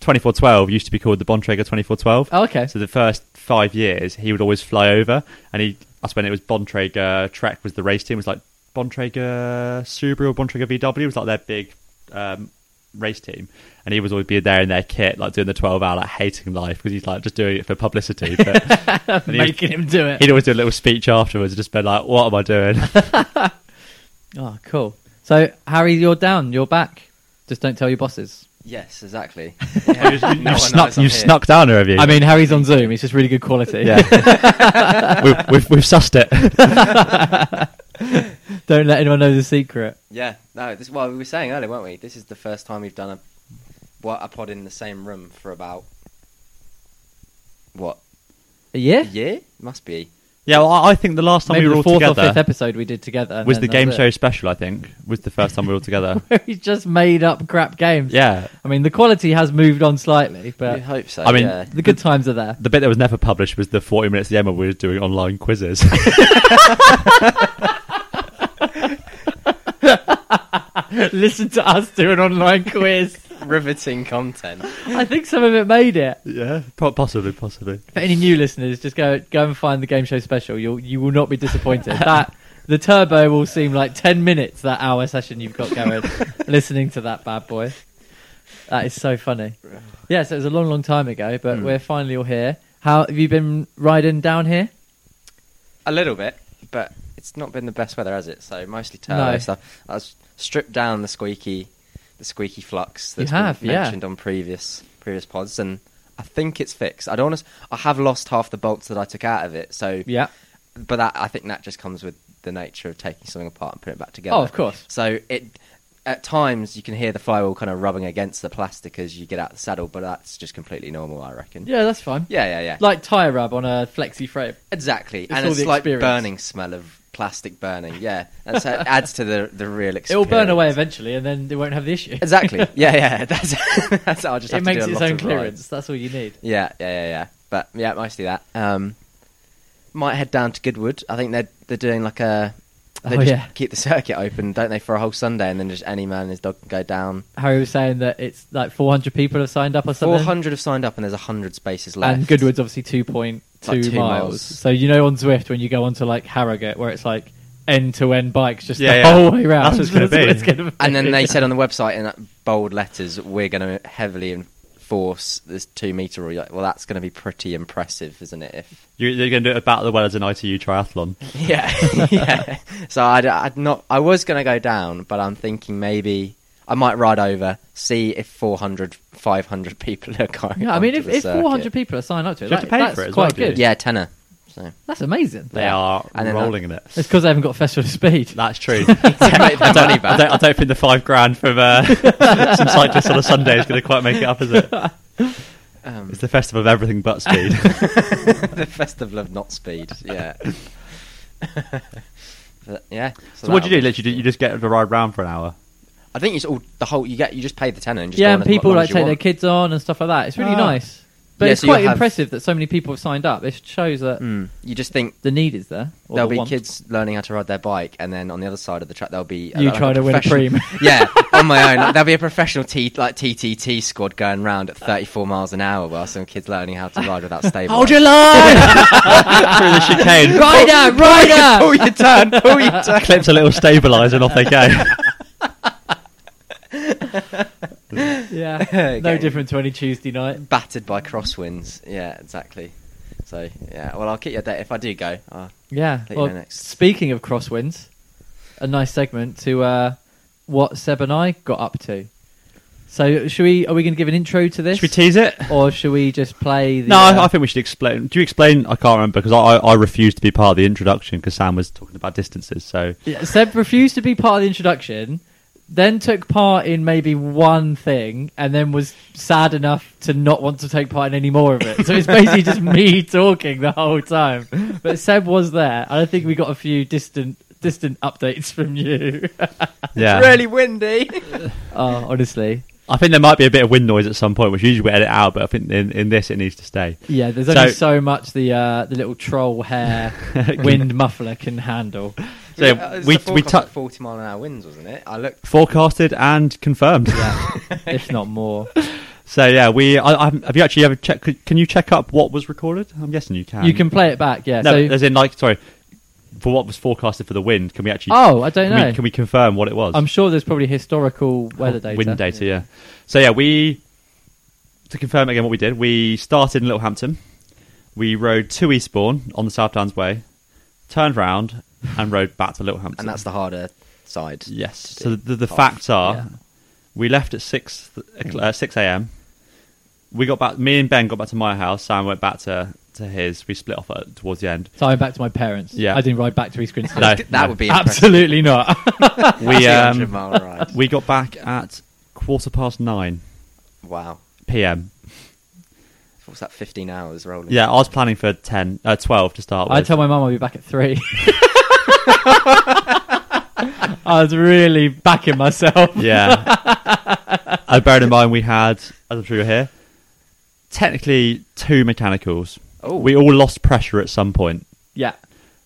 Speaker 3: 2412 used to be called the Bontrager 2412.
Speaker 2: oh, okay.
Speaker 3: So the first five years, he would always fly over, and he that's when it was Bontrager Trek was the race team. It was like Bontrager Subaru or Bontrager VW was like their big um, race team, and he was always be there in their kit, like doing the twelve hour, like hating life because he's like just doing it for publicity. But and he was-
Speaker 2: Making him do it.
Speaker 3: He'd always do a little speech afterwards, just be like, "What am I doing?"
Speaker 2: Oh, cool. So, Harry, you're down. You're back. Just don't tell your bosses.
Speaker 1: Yes, exactly. No
Speaker 3: you've
Speaker 1: one knows
Speaker 3: snuck,
Speaker 1: I'm
Speaker 3: you've
Speaker 1: here.
Speaker 3: snuck down her, have you?
Speaker 2: I mean, Harry's on Zoom. It's just really good quality.
Speaker 3: yeah, we've, we've we've sussed it.
Speaker 2: don't let anyone know the secret.
Speaker 1: Yeah, no. This well, we were saying earlier, weren't we? This is the first time we've done a what a pod in the same room for about what
Speaker 2: A
Speaker 1: a
Speaker 2: year?
Speaker 1: year? Must be.
Speaker 3: Yeah, well, I I think the last time
Speaker 2: Maybe
Speaker 3: we were
Speaker 2: the
Speaker 3: all
Speaker 2: fourth
Speaker 3: together
Speaker 2: or fifth episode we did together. and
Speaker 3: was
Speaker 2: then
Speaker 3: the
Speaker 2: that
Speaker 3: game
Speaker 2: was
Speaker 3: show
Speaker 2: it.
Speaker 3: special. I think was the first time we were all together.
Speaker 2: Where he just made up crap games.
Speaker 3: yeah,
Speaker 2: I mean, the quality has moved on slightly,
Speaker 1: We
Speaker 2: but
Speaker 1: hope so.
Speaker 3: I mean,
Speaker 1: yeah.
Speaker 2: the good times are there.
Speaker 3: the bit that was never published was the forty minutes at the end where we were doing online quizzes.
Speaker 2: Listen to us do an online quiz.
Speaker 1: riveting content.
Speaker 2: I think some of it made it.
Speaker 3: yeah, po- possibly, possibly.
Speaker 2: For any new listeners, just go go and find the game show special. You'll you will not be disappointed. that the turbo will seem like ten minutes that hour session you've got going listening to that bad boy. That is so funny. Yeah, so it was a long, long time ago, but
Speaker 3: Hmm.
Speaker 2: we're finally all here. How have you been riding down here?
Speaker 1: A little bit, but it's not been the best weather, has it? So mostly turbo
Speaker 2: No.
Speaker 1: stuff. I was stripped down the squeaky, the squeaky flux
Speaker 2: You
Speaker 1: that's
Speaker 2: have,
Speaker 1: been
Speaker 2: yeah.
Speaker 1: mentioned on previous previous pods, and I think it's fixed. I don't. Wanna, s- I have lost half the bolts that I took out of it, so
Speaker 2: Yeah.
Speaker 1: But that I think that just comes with the nature of taking something apart and putting it back together.
Speaker 2: Oh, of course.
Speaker 1: So it at times you can hear the flywheel kind of rubbing against the plastic as you get out the saddle, but that's just completely normal, I reckon.
Speaker 2: Yeah, that's fine.
Speaker 1: yeah, yeah. yeah.
Speaker 2: Like tire rub on a flexi frame.
Speaker 1: exactly,
Speaker 2: it's
Speaker 1: and
Speaker 2: all
Speaker 1: it's
Speaker 2: the
Speaker 1: like
Speaker 2: experience.
Speaker 1: burning smell of plastic burning. Yeah, that's how it adds to the the real experience.
Speaker 2: It will burn away eventually, and then they won't have the issue.
Speaker 1: Exactly. Yeah, yeah. That's that's. I'll just have to
Speaker 2: it makes
Speaker 1: do a
Speaker 2: its
Speaker 1: lot
Speaker 2: own
Speaker 1: of
Speaker 2: clearance.
Speaker 1: rides.
Speaker 2: That's all you need.
Speaker 1: Yeah, yeah, yeah, yeah. But yeah, mostly that. Um, might head down to Goodwood. I think they're they're doing like a. They
Speaker 2: Oh,
Speaker 1: just
Speaker 2: yeah.
Speaker 1: keep the circuit open, don't they, for a whole Sunday, and then just any man and his dog can go down.
Speaker 2: Harry was saying that it's like 400 people have signed up
Speaker 1: Four
Speaker 2: or something.
Speaker 1: hundred have signed up, and there's hundred spaces left.
Speaker 2: And Goodwood's obviously 2.2
Speaker 1: Like two
Speaker 2: miles.
Speaker 1: miles.
Speaker 2: So you know on Zwift when you go onto like Harrogate where it's like end to end bikes just
Speaker 3: Yeah,
Speaker 2: the
Speaker 3: yeah.
Speaker 2: whole way round.
Speaker 3: That's what it's gonna be.
Speaker 2: gonna be.
Speaker 1: And then they said on the website in uh, bold letters, "We're going to heavily enforce this two meter rule." You're like, well, that's going to be pretty impressive, isn't it? If
Speaker 3: You're, you're going to do it about the well as an ITU triathlon.
Speaker 1: Yeah, yeah. So I'd, I'd not. I was going to go down, but I'm thinking maybe I might ride over, see if 400, 500 people are going.
Speaker 2: Yeah, I mean, if,
Speaker 1: onto the
Speaker 2: if 400
Speaker 1: circuit.
Speaker 2: people are signed up to it,
Speaker 3: Do you have
Speaker 2: that-
Speaker 3: to pay
Speaker 2: that's
Speaker 3: for it as well,
Speaker 2: quite
Speaker 3: do you?
Speaker 2: good.
Speaker 1: yeah, tenner. So
Speaker 2: That's amazing.
Speaker 3: They
Speaker 1: Yeah.
Speaker 3: are
Speaker 1: And then
Speaker 3: rolling in it.
Speaker 2: It's because they haven't got Festival of Speed.
Speaker 3: That's true. I,
Speaker 1: to make their money
Speaker 3: don't,
Speaker 1: back.
Speaker 3: I don't think the five grand from uh, some cyclists on a Sunday is going to quite make it up, is it?
Speaker 1: Um,
Speaker 3: It's the festival of everything but speed.
Speaker 1: the festival of not speed. Yeah. But, yeah.
Speaker 3: so what do you do?
Speaker 1: that'll
Speaker 3: Literally, you just get to ride round for an hour.
Speaker 1: be- I think it's all the whole. You get. You just pay the tenner and just.
Speaker 2: yeah,
Speaker 1: go on
Speaker 2: and
Speaker 1: as mu-
Speaker 2: people
Speaker 1: long as
Speaker 2: like
Speaker 1: you
Speaker 2: take their
Speaker 1: want.
Speaker 2: kids on and stuff like that. It's really
Speaker 3: Ah.
Speaker 2: nice. But
Speaker 1: Yeah,
Speaker 2: it's
Speaker 1: so you'll
Speaker 2: quite
Speaker 1: have-
Speaker 2: impressive that so many people have signed up. This shows that
Speaker 1: Mm. You just think
Speaker 2: the need is there. or
Speaker 1: there'll
Speaker 2: the
Speaker 1: be
Speaker 2: want.
Speaker 1: kids learning how to ride their bike, and then on the other side of the track, there'll be uh,
Speaker 2: You
Speaker 1: like
Speaker 2: trying to win a
Speaker 1: professional-
Speaker 2: preem.
Speaker 1: yeah, on my own. Like, there'll be a professional T like TTT squad going round at 34 miles an hour, while some kids learning how to ride without stable.
Speaker 2: Hold your line!
Speaker 3: Through the chicane,
Speaker 2: rider! Rider!
Speaker 1: pull your turn, pull your turn.
Speaker 3: clips a little stabiliser, and off they go.
Speaker 2: Yeah, no
Speaker 1: Getting-
Speaker 2: different to any Tuesday night.
Speaker 1: Battered by crosswinds. Yeah, exactly. So yeah, well, I'll keep you updated if I do go. Uh,
Speaker 2: Yeah.
Speaker 1: Let you
Speaker 2: Well,
Speaker 1: know next.
Speaker 2: Speaking of crosswinds, a nice segment to uh, what Seb and I got up to. So should we? Are we going to give an intro to this,
Speaker 3: Should we tease it?
Speaker 2: or should we just play? The,
Speaker 3: No,
Speaker 2: uh,
Speaker 3: I, I think we should explain. Do you explain? I can't remember because I, I, I refused to be part of the introduction because Sam was talking about distances. So
Speaker 2: Yeah, Seb refused to be part of the introduction, then took part in maybe one thing, and then was sad enough to not want to take part in any more of it. So it's basically just me talking the whole time. But Seb was there, and I think we got a few distant distant updates from you.
Speaker 3: yeah,
Speaker 1: Really windy.
Speaker 3: Uh,
Speaker 2: oh, honestly,
Speaker 3: I think there might be a bit of wind noise at some point, which usually we edit out. But I think in, in this it needs to stay.
Speaker 2: yeah. There's only
Speaker 3: So-
Speaker 2: so, much the uh, the little troll hair wind muffler can handle.
Speaker 3: So
Speaker 1: Yeah,
Speaker 3: we
Speaker 1: it's a
Speaker 3: we
Speaker 1: forecast of
Speaker 3: tou-
Speaker 1: forty mile an hour winds, wasn't it? I looked.
Speaker 3: forecasted and confirmed.
Speaker 2: Yeah, if not more.
Speaker 3: So yeah, we. I, I, haven't- have you actually ever checked? Can you check up what was recorded? I'm guessing you can.
Speaker 2: You can play it back. Yeah.
Speaker 3: No,
Speaker 2: so,
Speaker 3: as in like sorry, for what was forecasted for the wind. Can we actually?
Speaker 2: oh, I don't
Speaker 3: can
Speaker 2: know.
Speaker 3: we, can we confirm what it was?
Speaker 2: I'm sure there's probably historical weather data.
Speaker 3: Wind data, yeah. So yeah, we to confirm again what we did. We started in Littlehampton. We rode to Eastbourne on the South Downs Way, turned round, and rode back to Littlehampton.
Speaker 1: and that's the harder side.
Speaker 3: yes.
Speaker 1: to
Speaker 3: So
Speaker 1: do.
Speaker 3: the, the
Speaker 1: Half,
Speaker 3: facts are,
Speaker 1: yeah. Mm.
Speaker 3: we left at six uh, six a.m. We got back. Me and Ben got back to my house. Sam went back to to his. We split off at, towards the end.
Speaker 2: So I went back to my parents.
Speaker 3: Yeah.
Speaker 2: I didn't ride back to East Grinstead.
Speaker 3: No,
Speaker 1: that would be impressive.
Speaker 2: Absolutely not.
Speaker 3: We
Speaker 1: hundred
Speaker 3: um,
Speaker 1: mile ride.
Speaker 3: we got back at quarter past nine
Speaker 1: Wow.
Speaker 3: p.m.
Speaker 1: What's that? Fifteen hours rolling.
Speaker 3: Yeah, I was planning for 10, uh, 12 to start with.
Speaker 2: I told my mum I'll be back at three. I was really backing myself.
Speaker 3: Yeah. uh, bearing in mind, we had, as I'm sure you're here, technically two mechanicals.
Speaker 1: Oh.
Speaker 3: We all lost pressure at some point.
Speaker 2: Yeah.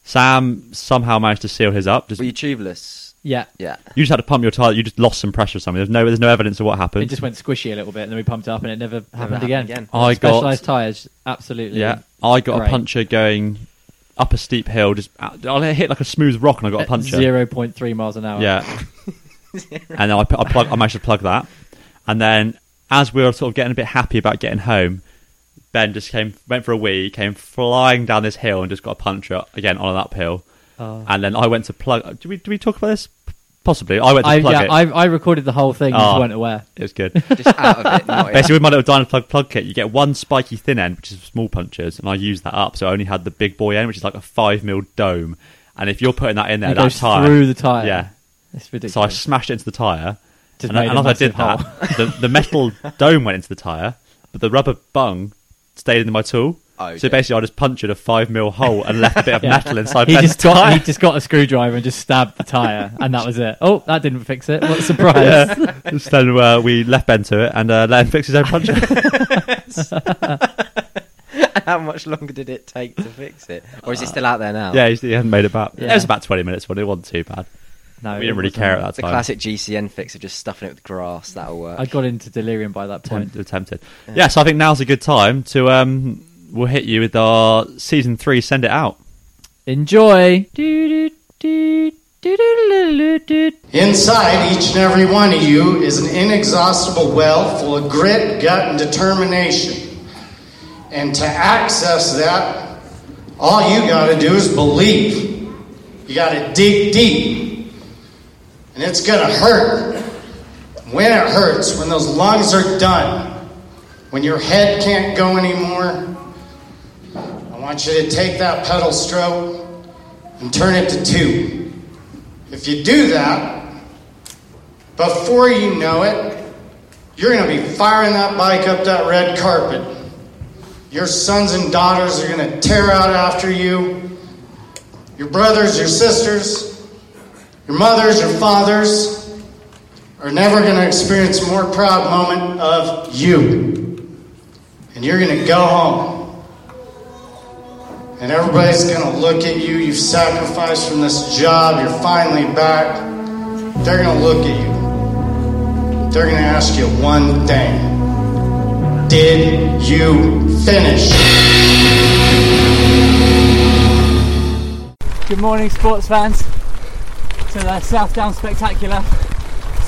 Speaker 3: Sam somehow managed to seal his up. Just,
Speaker 1: Were you
Speaker 3: you
Speaker 1: tubeless?
Speaker 2: Yeah.
Speaker 1: Yeah.
Speaker 3: just had to pump your tire. You just lost some pressure or something. There's no, there's no evidence of what happened.
Speaker 2: It just went squishy a little bit, and then we pumped it up, and it never happened
Speaker 1: happened
Speaker 2: again.
Speaker 1: again.
Speaker 3: I got-
Speaker 2: specialized tires, absolutely.
Speaker 3: yeah. I got
Speaker 2: Great.
Speaker 3: a puncher going up a steep hill. Just I hit like a smooth rock and I got a puncher.
Speaker 2: Zero point three miles an hour.
Speaker 3: Yeah. and then I, pu- I, plug, I managed to plug that. And then as we were sort of getting a bit happy about getting home, Ben just came, went for a wee, came flying down this hill and just got a puncture again on an uphill.
Speaker 2: Oh.
Speaker 3: And then I went to plug. Do we, do we talk about this? Possibly. I went to
Speaker 2: I,
Speaker 3: plug
Speaker 2: yeah,
Speaker 3: it.
Speaker 2: I, I recorded the whole thing. and just
Speaker 3: Oh.
Speaker 2: weren't aware.
Speaker 3: It was good.
Speaker 1: Just out of it. Not
Speaker 3: Basically, with my little Dynaplug plug kit, you get one spiky thin end, which is small punches, and I used that up. So I only had the big boy end, which is like a five mil dome. And if you're putting that in there,
Speaker 2: it
Speaker 3: that
Speaker 2: goes
Speaker 3: tire,
Speaker 2: through the tire.
Speaker 3: yeah,
Speaker 2: it's
Speaker 3: So I
Speaker 2: ridiculous.
Speaker 3: smashed it into the tyre.
Speaker 2: Just
Speaker 3: and
Speaker 2: made
Speaker 3: and
Speaker 2: a
Speaker 3: as I did
Speaker 2: massive
Speaker 3: that, the, the metal dome went into the tyre, but the rubber bung stayed in my tool.
Speaker 1: Oh,
Speaker 3: so
Speaker 1: dear.
Speaker 3: basically, I just punctured a five mil hole and left a bit of
Speaker 2: Yeah.
Speaker 3: metal inside
Speaker 2: he
Speaker 3: Ben's
Speaker 2: just got
Speaker 3: tyre.
Speaker 2: he just got a screwdriver and just stabbed the tire, and that was it. Oh, that didn't fix it. What a surprise!
Speaker 3: Yeah. so uh, we left Ben to it and uh, let him fix his own puncture.
Speaker 1: How much longer did it take to fix it? Or is it still out there now?
Speaker 3: yeah, he, he hadn't made it back.
Speaker 2: Yeah.
Speaker 3: It was about twenty minutes, but it wasn't too bad.
Speaker 2: No,
Speaker 3: we
Speaker 2: it
Speaker 3: didn't really
Speaker 2: wasn't.
Speaker 3: care at that
Speaker 1: It's a
Speaker 3: time.
Speaker 1: classic GCN fix of just stuffing it with grass. That'll work.
Speaker 2: I got into delirium by that point.
Speaker 3: Tempt- tempted. Yeah. so I think now's a good time to um, we'll hit you with our season three. Send it out.
Speaker 2: Enjoy. Doo-doo-doo-doo-doo-doo-doo-doo.
Speaker 4: Inside each and every one of you is an inexhaustible well full of grit, gut, and determination. And to access that, all you got to do is believe. You got to dig deep. And it's going to hurt. When it hurts, when those lungs are done, when your head can't go anymore, I want you to take that pedal stroke and turn it to two. If you do that, before you know it, you're going to be firing that bike up that red carpet. Your sons and daughters are going to tear out after you. Your brothers, your sisters, your mothers, your fathers are never going to experience a more proud moment of you. And you're going to go home. And everybody's going to look at you. You've sacrificed from this job. You're finally back. They're going to look at you. They're going to ask you one thing Did you finish?
Speaker 5: Good morning, sports fans, to the South Down Spectacular,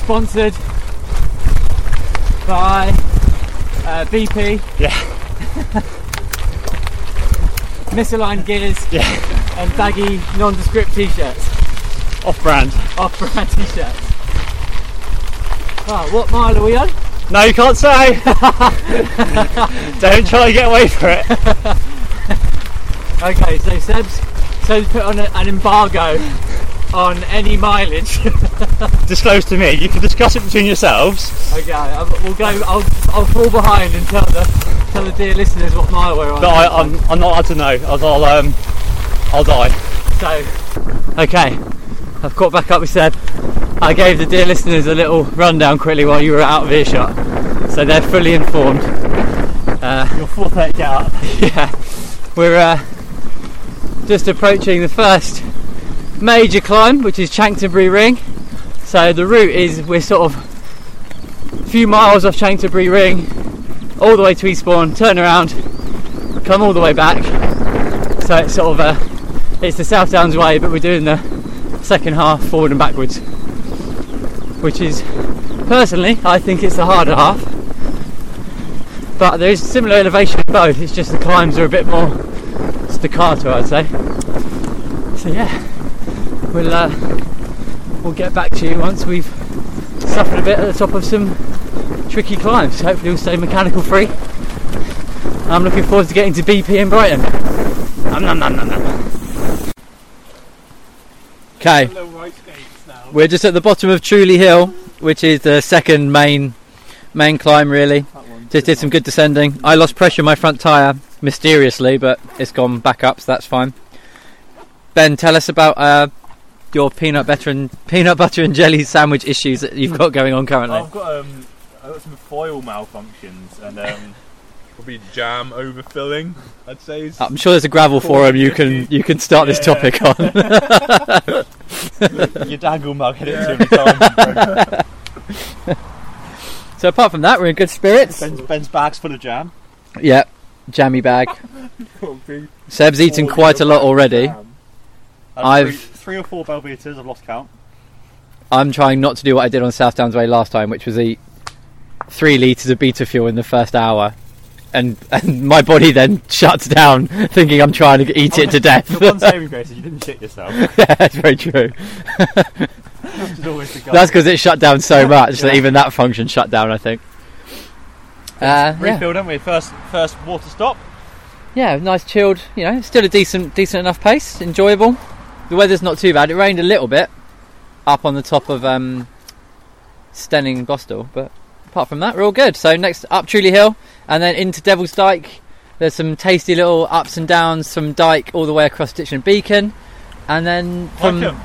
Speaker 5: sponsored by uh, BP.
Speaker 3: Yeah.
Speaker 5: Misaligned gears and baggy nondescript t-shirts,
Speaker 3: Off brand.
Speaker 5: off-brand t-shirts. Oh, what mile are we on?
Speaker 3: No, you can't say. Don't try and get away from it.
Speaker 5: Okay, so Seb's, Seb's put on a, an embargo on any mileage.
Speaker 3: Disclose to me. You can discuss it between yourselves,
Speaker 5: okay, i we'll go. I'll, I'll fall behind and tell the tell the dear listeners what mile we're on.
Speaker 3: but I, I'm, I'm not allowed to know. I'll, I'll um, I'll die.
Speaker 5: So, okay, I've caught back up with Seb. I gave the dear listeners a little rundown quickly while you were out of earshot, so they're fully informed. Uh,
Speaker 3: You're fourth mate, get up.
Speaker 5: yeah, we're uh, just approaching the first major climb, which is Chanctonbury Ring. So the route is we're sort of a few miles off Chanctonbury Ring, all the way to Eastbourne, turn around, come all the way back. So it's sort of a, it's the South Downs way, but we're doing the second half forward and backwards, which is personally I think it's the harder half. But there is similar elevation in both. It's just the climbs are a bit more staccato, I'd say. So yeah, we'll uh, we'll get back to you once we've suffered a bit at the top of some tricky climbs. Hopefully we'll stay mechanical free. I'm looking forward to getting to BP in Brighton. Nom, nom, nom, nom, nom.
Speaker 2: Okay, we're just at the bottom of Truly Hill, which is the second main main climb. Really, just did some good descending. I lost pressure in my front tyre mysteriously, but it's gone back up, so that's fine. Ben, tell us about uh, your peanut butter and peanut butter and jelly sandwich issues that you've got going on currently.
Speaker 6: I've got um, I've got some foil malfunctions and um, probably jam overfilling. I'd say.
Speaker 3: Ah,
Speaker 6: is-
Speaker 2: I'm sure there's a gravel forum you can you can start this
Speaker 6: Yeah.
Speaker 2: topic on.
Speaker 3: Your dangle mug hit
Speaker 6: Yeah.
Speaker 3: it too many times.
Speaker 2: so apart from that, we're in good spirits.
Speaker 3: Ben's, Ben's bag's full of jam.
Speaker 2: Yep, jammy bag.
Speaker 6: Probably
Speaker 2: Seb's eaten
Speaker 6: foil
Speaker 2: quite a lot already.
Speaker 6: jam.
Speaker 3: And
Speaker 2: I've-
Speaker 3: three, three or four Belvitas. I've lost count.
Speaker 2: I'm trying not to do what I did on South Downs Way last time, which was eat three litres of beta fuel in the first hour. And, and my body then shuts down, thinking I'm trying to eat it to death.
Speaker 3: The one saving grace is you didn't shit yourself,
Speaker 2: yeah, that's very true.
Speaker 3: which is always the goal.
Speaker 2: That's because it shut down so much that even that function shut down. I think. Uh, yeah.
Speaker 3: Refill, don't we? First, first water stop.
Speaker 2: yeah, nice chilled. You know, still a decent, decent enough pace, enjoyable. The weather's not too bad. It rained a little bit up on the top of um, Stenning Bostel, but apart from that, we're all good. So next up Truly Hill, and then into Devil's Dyke. There's some tasty little ups and downs from Dyke all the way across Ditch and Beacon, and then from
Speaker 3: Welcome.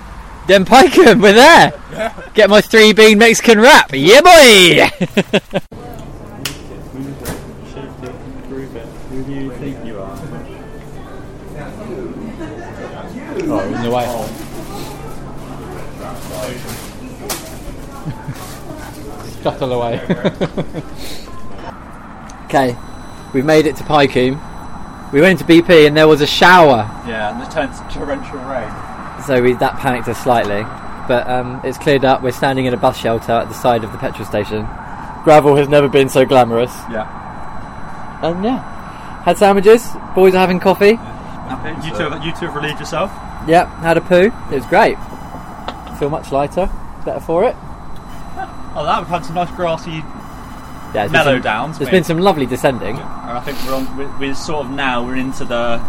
Speaker 2: then Pycombe, we're there. Get my three bean Mexican wrap. Yeah, boy. Scuttle away. okay, we've made it to Pycombe. We went into BP and there was a shower.
Speaker 3: Yeah, and the turns torrential rain.
Speaker 2: so we, that panicked us slightly. But um, it's cleared up. We're standing in a bus shelter at the side of the petrol station. Gravel has never been so glamorous.
Speaker 3: Yeah.
Speaker 2: And yeah, had sandwiches. Boys are having coffee.
Speaker 3: You two, have, you two have relieved yourself.
Speaker 2: Yep, had a poo. It was great. Feel much lighter, better for it.
Speaker 3: Oh, that we've had some nice grassy
Speaker 2: Yeah, it's been
Speaker 3: mellow
Speaker 2: some-
Speaker 3: downs.
Speaker 2: There's
Speaker 3: mate.
Speaker 2: been some lovely descending.
Speaker 3: And I think we're on. We're, we're sort of now we're into the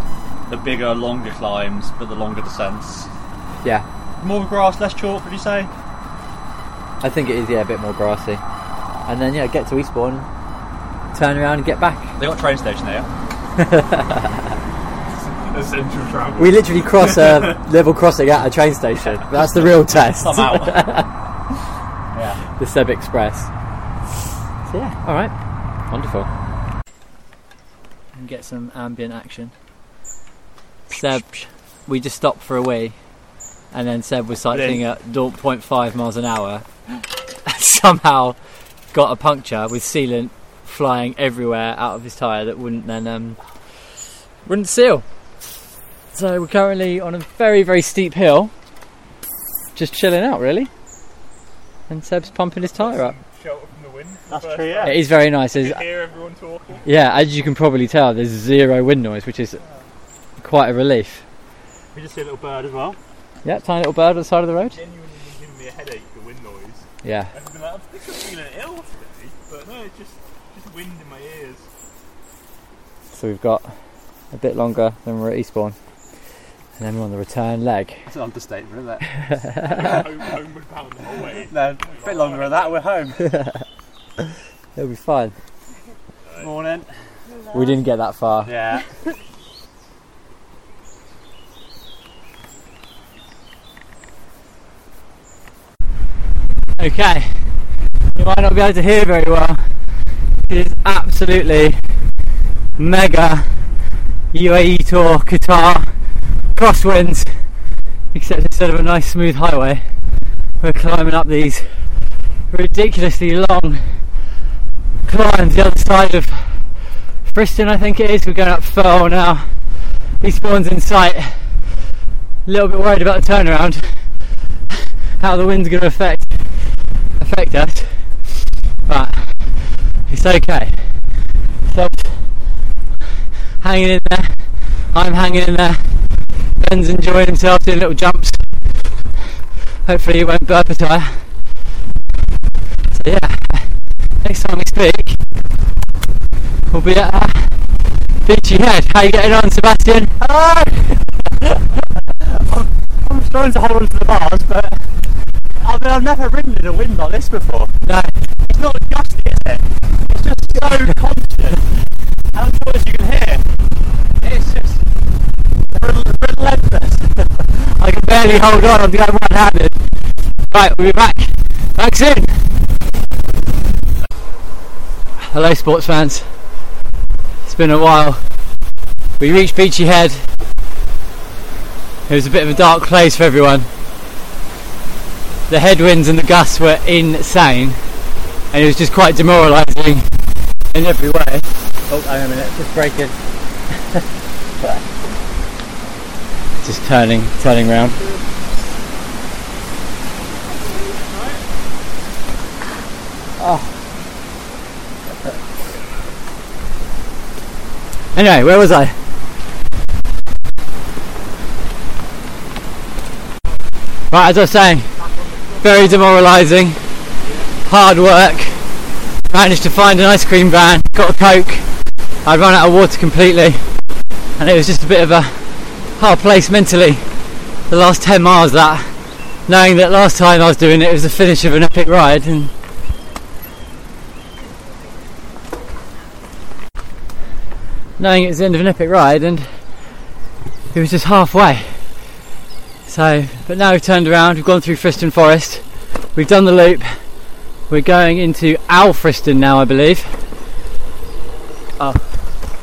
Speaker 3: the bigger, longer climbs, but the longer descents.
Speaker 2: Yeah,
Speaker 3: More grass, less chalk. Would you say?
Speaker 2: I think it is. Yeah, a bit more grassy. And then yeah, get to Eastbourne, turn around and get back.
Speaker 3: They got a train station there.
Speaker 6: essential travel.
Speaker 2: We literally cross a level crossing at a train station. That's the real test.
Speaker 3: I'm out.
Speaker 2: the Seb Express. So yeah, all right, wonderful.
Speaker 5: and get some ambient action. Seb, we just stopped for a wee, and then Seb was cycling at 0.5 miles an hour. and Somehow got a puncture with sealant flying everywhere out of his tyre that wouldn't then um, wouldn't seal. So we're currently on a very very steep hill, just chilling out really. And Seb's pumping his tyre up.
Speaker 6: Shelter from the wind. for the
Speaker 3: That's
Speaker 6: first
Speaker 3: true, yeah.
Speaker 6: time.
Speaker 2: It is very nice. There's-
Speaker 6: You hear everyone talking.
Speaker 2: yeah, as you can probably tell, there's zero wind noise, which is quite a relief.
Speaker 3: We just see a little bird as well.
Speaker 2: Yeah, tiny little bird on the side of the road.
Speaker 6: Genuinely giving me a headache. The wind noise.
Speaker 2: Yeah.
Speaker 6: I've been like, I think I'm feeling ill today, but no, it's just just wind in my ears.
Speaker 2: So we've got a bit longer than we're at Eastbourne. And then we're on the return leg.
Speaker 7: It's an understatement, isn't it?
Speaker 6: home, homeward bound the whole way.
Speaker 7: no, a bit longer than that, we're home.
Speaker 2: It'll be fine.
Speaker 7: Morning.
Speaker 2: We didn't get that far.
Speaker 7: Yeah. okay. You might not be able to hear very well. It is absolutely mega UAE tour Qatar crosswinds. Except instead of a nice smooth highway, we're climbing up these ridiculously long climbs the other side of Bristol, I think it is. We're going up Furl now. Eastbourne's in sight. A little bit worried about the turnaround. How the wind's going to affect affect us, but it's okay. So hanging in there. I'm hanging in there. Ben's enjoying himself doing little jumps. Hopefully he won't burp a tyre. So yeah, next time we speak, we'll be at uh, Beachy Head. How you getting on, Sebastian? Hello!
Speaker 3: I'm trying to hold on to the bars, but I mean, I've never ridden in a wind like this before.
Speaker 2: No,
Speaker 3: It's not gusty, is it? It's just so constant. And I'm sure as you can hear, it's just rel- relentless.
Speaker 2: I can barely hold on. I'm going one-handed. Right, we'll be back. Back soon. Hello, sports fans. It's been a while. We reached Beachy Head. It was a bit of a dark place for everyone. The headwinds and the gusts were insane, and it was just quite demoralising in every way. Oh, hang on a minute, just breaking. just turning, turning round. Oh. Anyway, where was I? Right, as I was saying, very demoralising, hard work. Managed to find an ice cream van, got a coke. I'd run out of water completely, and it was just a bit of a hard place mentally. The last 10 miles of that, knowing that last time I was doing it, it was the finish of an epic ride, and knowing it was the end of an epic ride, and it was just halfway. So, but now we've turned around, we've gone through Friston Forest, we've done the loop, we're going into Alfriston now, I believe. Oh,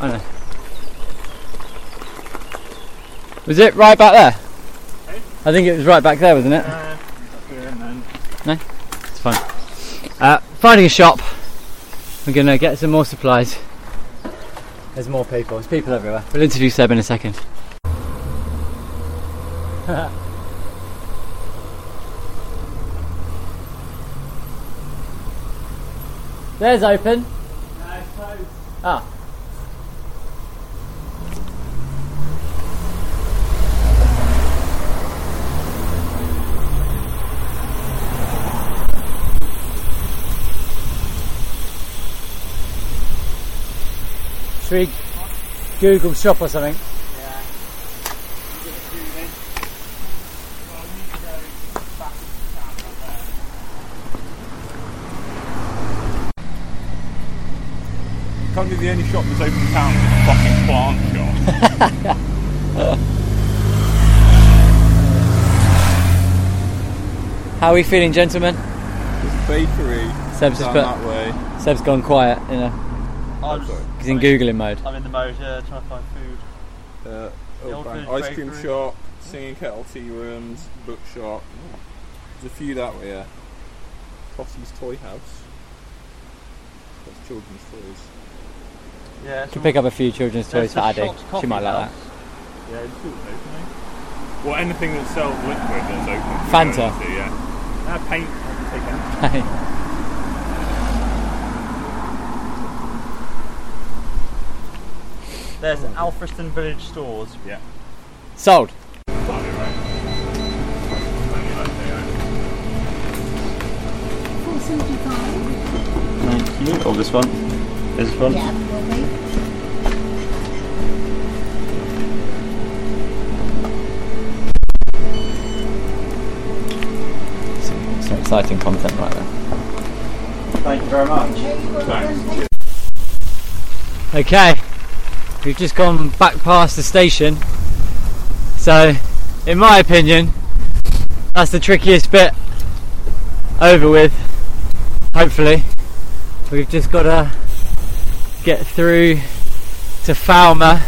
Speaker 2: I know. Was it right back there? I think it was right back there, wasn't it? It's fine. Uh, finding a shop. We're gonna get some more supplies. There's more people. There's people everywhere. We'll introduce Seb in a second. There's open. Ah. Should we Google shop or something?
Speaker 6: Currently, the only shop that's open in town is a fucking plant shop.
Speaker 2: How are we feeling, gentlemen?
Speaker 6: bakery
Speaker 2: Seb's just
Speaker 6: down
Speaker 2: put,
Speaker 6: that way.
Speaker 2: Seb's gone quiet. You know,
Speaker 3: I'm, just,
Speaker 2: he's in googling mode.
Speaker 3: I'm in the mood, yeah, trying to find food.
Speaker 6: Uh,
Speaker 3: The old
Speaker 6: Old
Speaker 3: village
Speaker 6: ice cream
Speaker 3: bakery.
Speaker 6: shop, singing kettle tea rooms, bookshop. There's a few that way. Yeah. Tossie's Toy House. That's children's toys.
Speaker 3: Yeah,
Speaker 2: Can pick up a few children's toys
Speaker 3: There's
Speaker 2: for
Speaker 3: the
Speaker 2: Addy.
Speaker 3: shop's
Speaker 2: She might
Speaker 3: coffee
Speaker 2: like that.
Speaker 6: Yeah, it's all opening. Well, anything that sells liquid that's open.
Speaker 2: Fanta.
Speaker 6: So, yeah. Ah, paint. I can take out.
Speaker 3: There's Alfriston Village Stores.
Speaker 2: Sold.
Speaker 6: That'll be right. Only like they are.
Speaker 8: 75.
Speaker 9: Thank you. Oh, this one. This one.
Speaker 8: Yeah, probably.
Speaker 10: Some, some exciting content right there.
Speaker 3: Thank you very much.
Speaker 2: Okay, we've just gone back past the station. So, in my opinion, that's the trickiest bit over with. Hopefully, we've just got to get through to Falmer,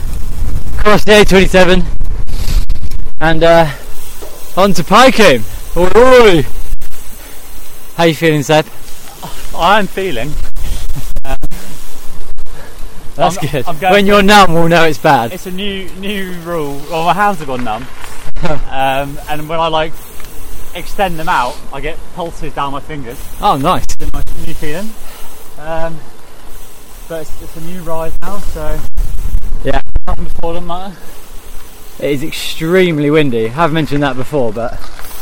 Speaker 2: cross the A27, and uh, on to Pycombe. Oi! How you feeling, Seb?
Speaker 3: I'm feeling.
Speaker 2: That's
Speaker 3: I'm-
Speaker 2: good.
Speaker 3: I'm going
Speaker 2: when
Speaker 3: for-
Speaker 2: you're numb, we'll know it's bad.
Speaker 3: It's a new new rule. Well, my hands have gone numb, um, and when I like extend them out, I get pulses down my fingers.
Speaker 2: oh, nice.
Speaker 3: It's a nice new feeling. Um, but it's, it's a new ride now, so
Speaker 2: Yeah.
Speaker 3: nothing before doesn't matter.
Speaker 2: It is extremely windy. I have mentioned that before, but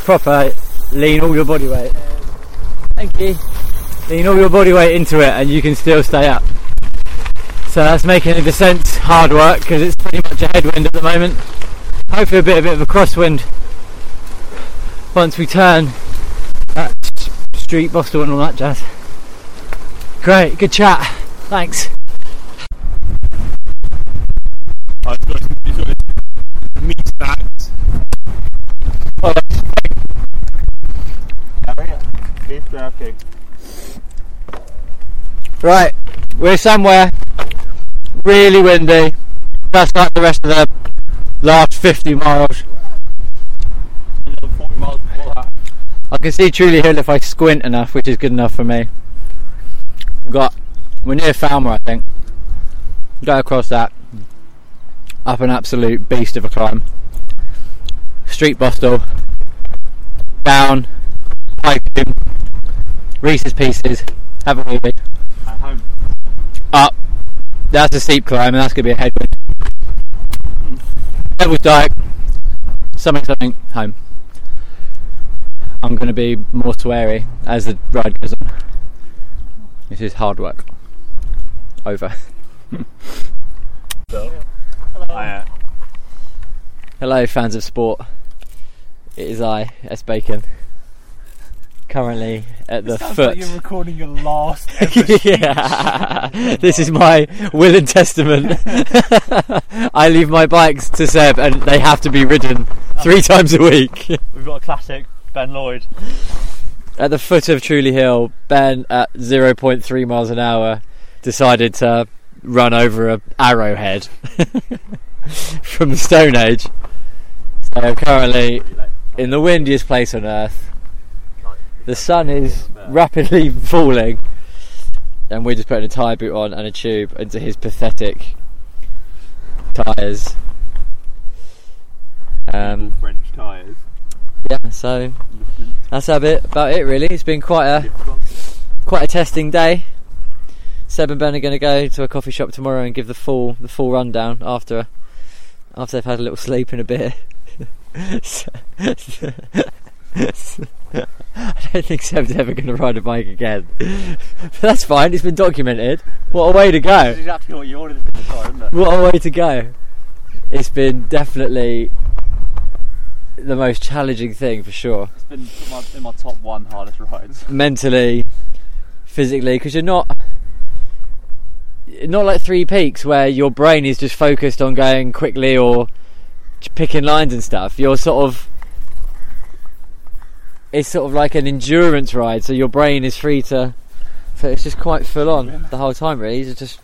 Speaker 2: proper lean all your body weight. Thank you. Lean all your body weight into it and you can still stay up. So that's making the descent hard work because it's pretty much a headwind at the moment. Hopefully a bit, a bit of a crosswind once we turn that s- street Boston and all that jazz. Great, good chat. Thanks.
Speaker 11: I've got he's got his meat stacked. Keep traffic.
Speaker 2: Right, we're somewhere really windy. That's like the rest of the last 50 miles.
Speaker 11: Another 40 miles before that.
Speaker 2: I can see Truly Hill if I squint enough, which is good enough for me. We've got we're near Falmer, I think. Go across that. Up an absolute beast of a climb. Street Bostel. Down. Piping. Reese's Pieces. Have a wee
Speaker 3: I'm home.
Speaker 2: up. That's a steep climb, and that's going to be a headwind. Devil's Dyke, something, something, home. I'm going to be more sweary as the ride goes on. This is hard work. Over.
Speaker 3: Hiya.
Speaker 2: Hello, fans of sport. It is I, S. Bacon. Currently at the foot.
Speaker 3: recording your last
Speaker 2: yeah. This is my will and testament. I leave my bikes to Seb and they have to be ridden three times a week.
Speaker 3: We've got a classic, Ben Lloyd.
Speaker 2: At the foot of Truly Hill, Ben at 0.3 miles an hour decided to run over a arrowhead from the Stone Age. So I'm currently in the windiest place on earth. The sun is rapidly falling, and we're just putting a tyre boot on and a tube into his pathetic tyres. Um,
Speaker 11: French tyres.
Speaker 2: yeah, so that's a bit about it really. It's been quite a quite a testing day. Seb and Ben are going to go to a coffee shop tomorrow and give the full the full rundown after after they've had a little sleep and a beer. So- I don't think Seb's ever going to ride a bike again. But that's fine. It's been documented. What a way to go!
Speaker 3: That's exactly what you ordered at the time, isn't it?
Speaker 2: What a way to go! It's been definitely the most challenging thing for sure.
Speaker 3: It's been my, in my top one hardest rides.
Speaker 2: mentally, physically, because you're not not like Three Peaks where your brain is just focused on going quickly or j- picking lines and stuff. You're sort of it's sort of like an endurance ride, so your brain is free to. So it's just quite full on the whole time, really. It's just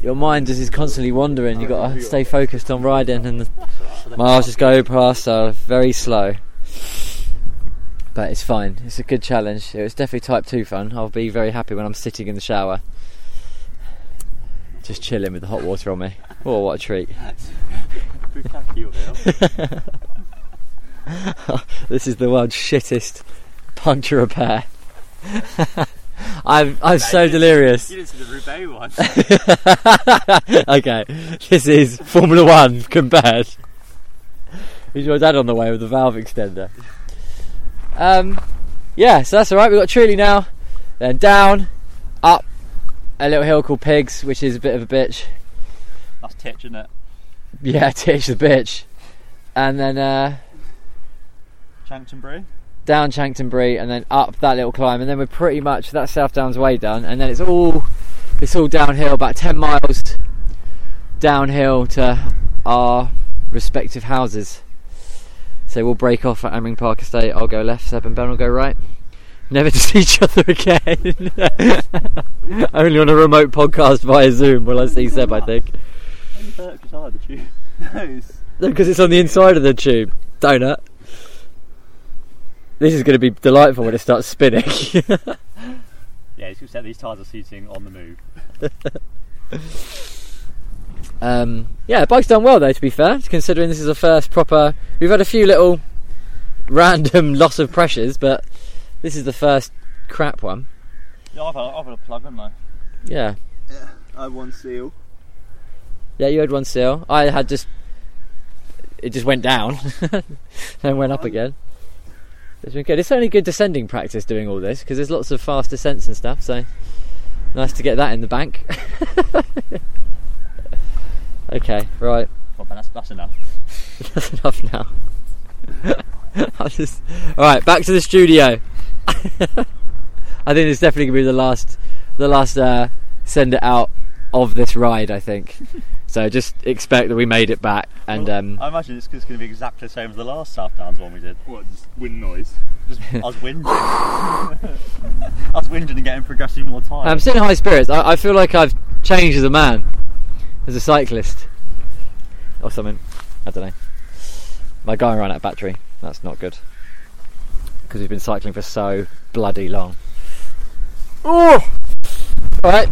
Speaker 2: your mind just is constantly wandering. You got to stay focused on riding, and the miles just go past. So very slow but it's fine. It's a good challenge. It was definitely type two fun. I'll be very happy when I'm sitting in the shower, just chilling with the hot water on me. Oh, what a treat!
Speaker 3: Bukaki Hill.
Speaker 2: This is the world's shittest puncture repair. I'm I'm so delirious.
Speaker 3: You didn't see the Roubaix one.
Speaker 2: okay, this is Formula One compared. Is your dad on the way with the valve extender? Um,
Speaker 5: yeah, so that's all right. We've got Truly now, then down, up a little hill called Pigs, which is a bit of a bitch.
Speaker 12: That's titch, isn't it?
Speaker 5: Yeah, Tish the bitch, and then uh,
Speaker 12: Chanctonbury.
Speaker 5: down Chanctonbury, and then up that little climb, and then we're pretty much that South Downs way done, and then it's all it's all downhill, about ten miles downhill to our respective houses. So we'll break off at Amring Park Estate. I'll go left, Seb and Ben will go right. Never to see each other again. Only on a remote podcast via Zoom will I see Seb. I think
Speaker 12: Only burp is hard, the tube. Nose.
Speaker 5: because it's on the inside of the tube. Donut. This is going to be delightful when it starts spinning.
Speaker 12: Yeah, he's going to set these tires are seating on the move.
Speaker 5: Um, yeah, bike's done well though. To be fair, considering this is the first proper, we've had a few little random loss of pressures, but this is the first crap one.
Speaker 12: Yeah, I've had, I've had a plug, haven't I?
Speaker 5: Yeah,
Speaker 6: I have one seal.
Speaker 5: yeah, you had one seal. I had just it just went down and went up again. It's been good. It's only good descending practice doing all this because there's lots of fast descents and stuff. So nice to get that in the bank. okay, right.
Speaker 12: Well, Ben, that's, that's enough.
Speaker 5: That's enough now. I just all right. Back to the studio. I think it's definitely gonna be the last, the last uh, send it out of this ride. I think. so just expect that we made it back, and
Speaker 12: Well,
Speaker 5: um,
Speaker 12: I imagine it's, going to be exactly the same as the last South Downs one we did.
Speaker 6: What, just wind noise?
Speaker 12: Just us whinging. us whinging and getting progressively more tired.
Speaker 2: Um,
Speaker 5: I'm still in high spirits. I, I feel like I've changed as a man, as a cyclist, or something. I don't know. My guy ran out of battery. That's not good because we've been cycling for so bloody long. Oh, all right.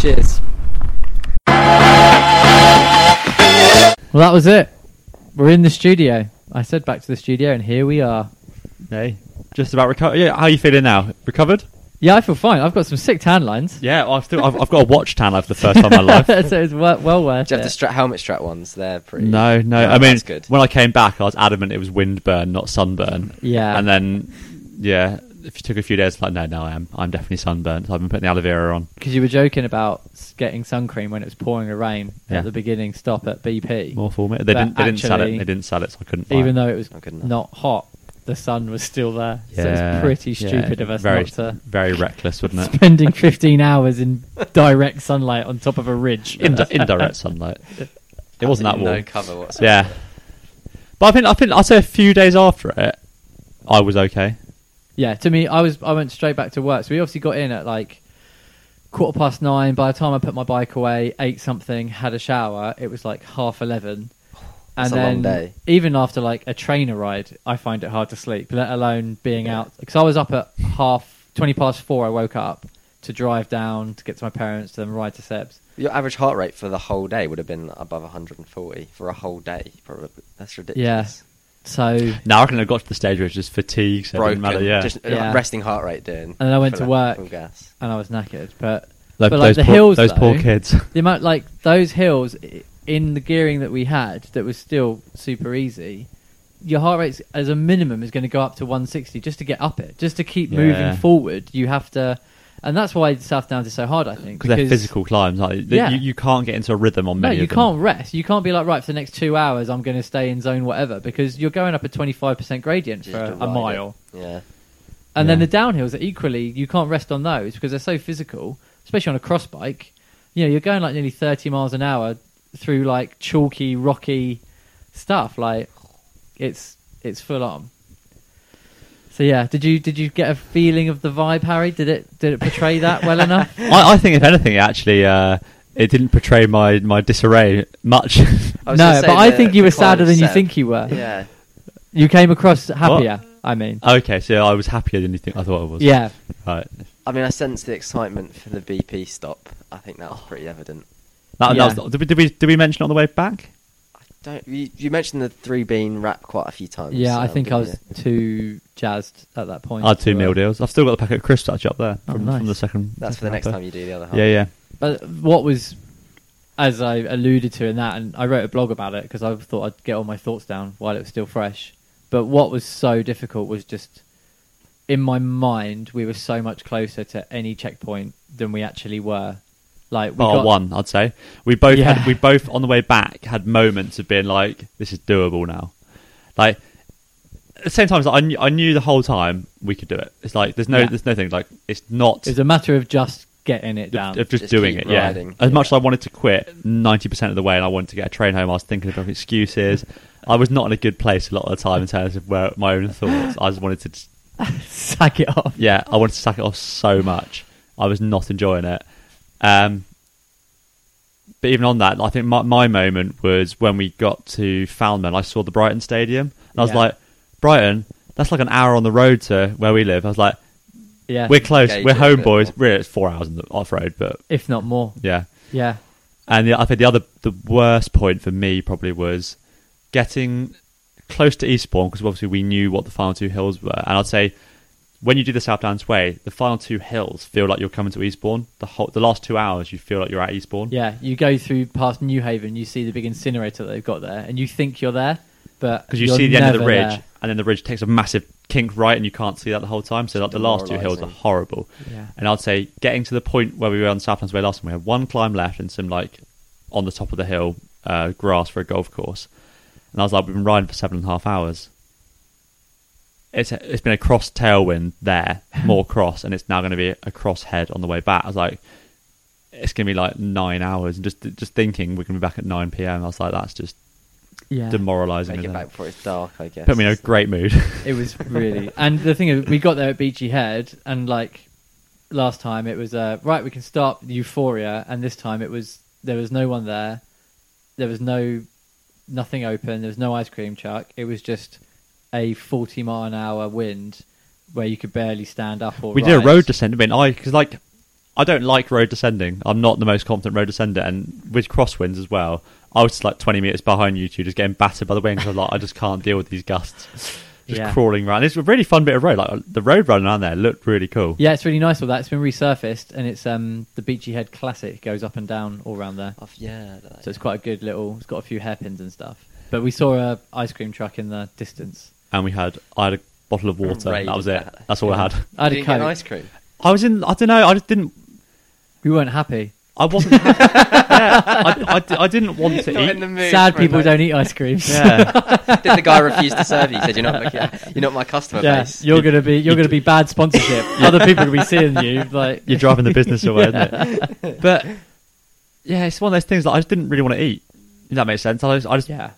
Speaker 5: Cheers.
Speaker 2: Well, that was it. We're in the studio. I said back to the studio, and here we are.
Speaker 3: Hey, just about recovered. Yeah, how are you feeling now? Recovered?
Speaker 2: Yeah, I feel fine. I've got some sick tan lines.
Speaker 3: Yeah, I've still I've, I've got a watch tan life for the first time in my life.
Speaker 2: so it's well, well worth
Speaker 1: Do you have
Speaker 2: it.
Speaker 1: the strap helmet strap ones? They're pretty.
Speaker 3: No, no.
Speaker 1: Yeah,
Speaker 3: I mean,
Speaker 1: that's good.
Speaker 3: when I came back, I was adamant it was windburn, not sunburn.
Speaker 2: Yeah.
Speaker 3: And then, yeah, if you took a few days, like, no, no, I am. I'm definitely sunburnt. So I've been putting the aloe vera on.
Speaker 2: Because you were joking about s- getting sun cream when it was pouring a rain
Speaker 3: Yeah.
Speaker 2: at the beginning stop at BP.
Speaker 3: More for me.
Speaker 2: But
Speaker 3: They didn't. They didn't sell it.
Speaker 2: actually-
Speaker 3: They didn't sell it, so I couldn't. Buy
Speaker 2: even
Speaker 3: it.
Speaker 2: though it was
Speaker 1: Not
Speaker 2: not,
Speaker 1: good enough.
Speaker 2: hot, the sun was still there. So
Speaker 3: Yeah,
Speaker 2: it's pretty
Speaker 3: yeah,
Speaker 2: stupid of us
Speaker 3: very,
Speaker 2: not to
Speaker 3: Very reckless, wouldn't it?
Speaker 2: spending 15 hours in direct sunlight on top of a ridge.
Speaker 3: Indi- indirect sunlight. It wasn't that warm.
Speaker 1: No cover whatsoever.
Speaker 3: yeah. But I think I think I'd say a few days after it, I was okay.
Speaker 2: yeah, to me, I was I went straight back to work. So we obviously got in at like quarter past nine. By the time I put my bike away, ate something, had a shower, it was like half eleven. And
Speaker 1: That's a
Speaker 2: then,
Speaker 1: long day.
Speaker 2: even after like a trainer ride, I find it hard to sleep. Let alone being out because I was up at half twenty past four. I woke up to drive down to get to my parents, to then ride to Seb's.
Speaker 1: Your average heart rate for the whole day would have been above 140 for a whole day. Probably. That's ridiculous.
Speaker 2: So and
Speaker 3: Now I can have got to the stage where it's just fatigue, so it
Speaker 1: Broken.
Speaker 3: didn't matter. Yeah.
Speaker 1: Just uh,
Speaker 2: Yeah.
Speaker 1: resting heart rate doing.
Speaker 2: then I went
Speaker 1: full-
Speaker 2: to work
Speaker 1: full gas.
Speaker 2: and I was knackered, but
Speaker 3: Tho-
Speaker 2: but like
Speaker 3: those
Speaker 2: the
Speaker 3: poor,
Speaker 2: hills,
Speaker 3: those poor
Speaker 2: though,
Speaker 3: kids.
Speaker 2: the amount like those hills i- in the gearing that we had that was still super easy your heart rate as a minimum is going to go up to 160 just to get up it just to keep
Speaker 3: Yeah.
Speaker 2: moving forward you have to and that's why south downs is so hard i think
Speaker 3: because they're physical climbs. Like,
Speaker 2: Yeah.
Speaker 3: you, you can't get into a rhythm on
Speaker 2: no
Speaker 3: many.
Speaker 2: you
Speaker 3: of them.
Speaker 2: can't rest you can't be like right for the next two hours i'm going to stay in zone whatever because you're going up a 25% gradient
Speaker 1: Just
Speaker 2: for
Speaker 1: to
Speaker 2: a,
Speaker 1: ride
Speaker 2: a
Speaker 1: it.
Speaker 2: mile
Speaker 1: Yeah.
Speaker 2: and then
Speaker 3: Yeah.
Speaker 2: the downhills are equally, you can't rest on those because they're so physical, especially on a cross bike. You know, you're going like nearly 30 miles an hour through like chalky, rocky stuff. Like it's, it's full on. So yeah, did you did you get a feeling of the vibe, Harry? Did it did it portray that well enough?
Speaker 3: I, I think if anything, actually, uh, it didn't portray my, my disarray much.
Speaker 1: I was
Speaker 2: no,
Speaker 1: gonna say
Speaker 2: but I
Speaker 1: the-
Speaker 2: think you
Speaker 1: the
Speaker 2: were sadder than
Speaker 1: climb
Speaker 2: you
Speaker 1: set.
Speaker 2: think you were.
Speaker 1: Yeah.
Speaker 2: You came across happier. I mean,
Speaker 3: okay, so I was happier than you think I thought I was.
Speaker 2: yeah,
Speaker 3: right.
Speaker 1: I mean, I sensed the excitement for the BP stop. I think that was
Speaker 2: Oh.
Speaker 1: pretty evident.
Speaker 3: That,
Speaker 2: Yeah.
Speaker 3: that was, did, we, did we did we mention it on the way back?
Speaker 1: Don't you, you mentioned the three bean wrap quite a few times?
Speaker 2: yeah. I
Speaker 1: Sam,
Speaker 2: think I
Speaker 1: didn't
Speaker 2: was
Speaker 1: you?
Speaker 2: too jazzed at that point.
Speaker 3: I had two
Speaker 2: to, uh,
Speaker 3: meal deals. I've still got the packet of crisps actually up there
Speaker 2: Oh,
Speaker 3: from,
Speaker 2: nice.
Speaker 3: from the second.
Speaker 1: That's for the
Speaker 3: second
Speaker 1: next
Speaker 3: wrapper.
Speaker 1: time you do the other half.
Speaker 3: Yeah, yeah.
Speaker 2: But what was, as I alluded to in that, and I wrote a blog about it because I thought I'd get all my thoughts down while it was still fresh. But what was so difficult was just in my mind, we were so much closer to any checkpoint than we actually were. Like we
Speaker 3: bar
Speaker 2: got
Speaker 3: Oh, one, I'd say. We both
Speaker 2: Yeah.
Speaker 3: had, we both on the way back had moments of being like, "This is doable now." Like at the same time, it's like, I knew, I knew the whole time we could do it. It's like there's no
Speaker 2: Yeah.
Speaker 3: there's no thing like it's not
Speaker 2: It was a matter of just getting it down.
Speaker 3: of, of just,
Speaker 1: Just
Speaker 3: doing
Speaker 1: keep
Speaker 3: it. Yeah,
Speaker 1: riding.
Speaker 3: as much as I wanted to quit ninety percent of the way, and I wanted to get a train home, I was thinking about excuses. I was not in a good place a lot of the time in terms of where my own thoughts. I just wanted to just
Speaker 2: Sack it off.
Speaker 3: yeah, I wanted to sack it off so much. I was not enjoying it. Um, but even on that, I think my, my moment was when we got to Falmouth. I saw the Brighton Stadium, and I was
Speaker 2: Yeah.
Speaker 3: like, Brighton, that's like an hour on the road to where we live. I was like,
Speaker 2: Yeah,
Speaker 3: we're close,
Speaker 1: Gauge
Speaker 3: we're
Speaker 1: it a
Speaker 3: home,
Speaker 1: bit
Speaker 3: boys.
Speaker 1: more.
Speaker 3: Really, it's four hours on the off road, but
Speaker 2: if not more.
Speaker 3: yeah.
Speaker 2: Yeah,
Speaker 3: And the, I think the other, the worst point for me probably was getting close to Eastbourne because obviously we knew what the final two hills were. And I'd say when you do the South Downs Way, the final two hills feel like you're coming to Eastbourne. The whole, the last two hours, you feel like you're at Eastbourne.
Speaker 2: yeah. You go through past New Haven, you see the big incinerator that they've got there, and you think you're there, but
Speaker 3: Because you
Speaker 2: you're
Speaker 3: see the end of the
Speaker 2: never
Speaker 3: ridge,
Speaker 2: there.
Speaker 3: and then the ridge takes a massive kink right, and you can't see that the whole time. So like the last two hills are
Speaker 1: demoralising.
Speaker 3: horrible.
Speaker 2: Yeah.
Speaker 3: And I'd say getting to the point where we were on South Downs Way last time, we had one climb left and some like on the top of the hill uh, grass for a golf course. And I was like, we've been riding for seven and a half hours. It's it's been a cross tailwind there, more cross, and it's now going to be a cross head on the way back. I was like, it's going to be like nine hours, and just just thinking we're going to be back at nine p.m. I was like, that's just
Speaker 2: Yeah.
Speaker 3: demoralising.
Speaker 1: Make
Speaker 3: isn't
Speaker 1: it
Speaker 3: it?
Speaker 1: back before it's dark, I guess.
Speaker 3: Put me in a great mood.
Speaker 2: It was really, and the thing is, we got there at Beachy Head, and like last time, it was uh, right. We can start Euphoria, and this time it was there was no one there, there was no nothing open, there was no ice cream truck. It was just a forty mile an hour wind where you could barely stand up or
Speaker 3: we did a
Speaker 2: rise.
Speaker 3: road descent. I mean, I because like I don't like road descending. I'm not the most confident road descender, and with crosswinds as well, I was just like 20 meters behind you two, just getting battered by the wind. 'cause I was like, I just can't deal with these gusts. Just
Speaker 2: Yeah.
Speaker 3: crawling around. It's a really fun bit of road. Like the road running around there looked really cool.
Speaker 2: Yeah, it's really nice. All that it's been resurfaced, and it's um the Beachy Head Classic goes up and down all around there.
Speaker 1: Off- "Oh, yeah. like-
Speaker 2: So it's quite a good little. It's got a few hairpins and stuff. But we saw a ice cream truck in the distance.
Speaker 3: And we had I had a bottle of water.
Speaker 1: raid
Speaker 3: That was
Speaker 1: of
Speaker 3: it.
Speaker 1: that.
Speaker 3: That's all I had.
Speaker 2: I had
Speaker 1: Didn't
Speaker 2: a
Speaker 1: you get an
Speaker 2: Coke.
Speaker 1: ice cream.
Speaker 3: I was in. I don't know. I just didn't.
Speaker 2: We weren't happy.
Speaker 3: I wasn't. yeah, I, I, I didn't want to
Speaker 1: Not
Speaker 3: eat.
Speaker 1: in the mood
Speaker 2: Sad
Speaker 1: for a
Speaker 2: people
Speaker 1: nice-
Speaker 2: don't eat ice creams.
Speaker 3: yeah.
Speaker 1: Did the guy refuse to serve you? He said, "You're not, looking, you're not my customer
Speaker 2: Yeah,
Speaker 1: base."
Speaker 2: you're gonna be you're gonna be bad sponsorship. Other people will be seeing you like
Speaker 3: You're driving the business away, isn't it? But yeah, it's one of those things that I just didn't really want to eat. If that makes sense. I just, I just
Speaker 2: yeah.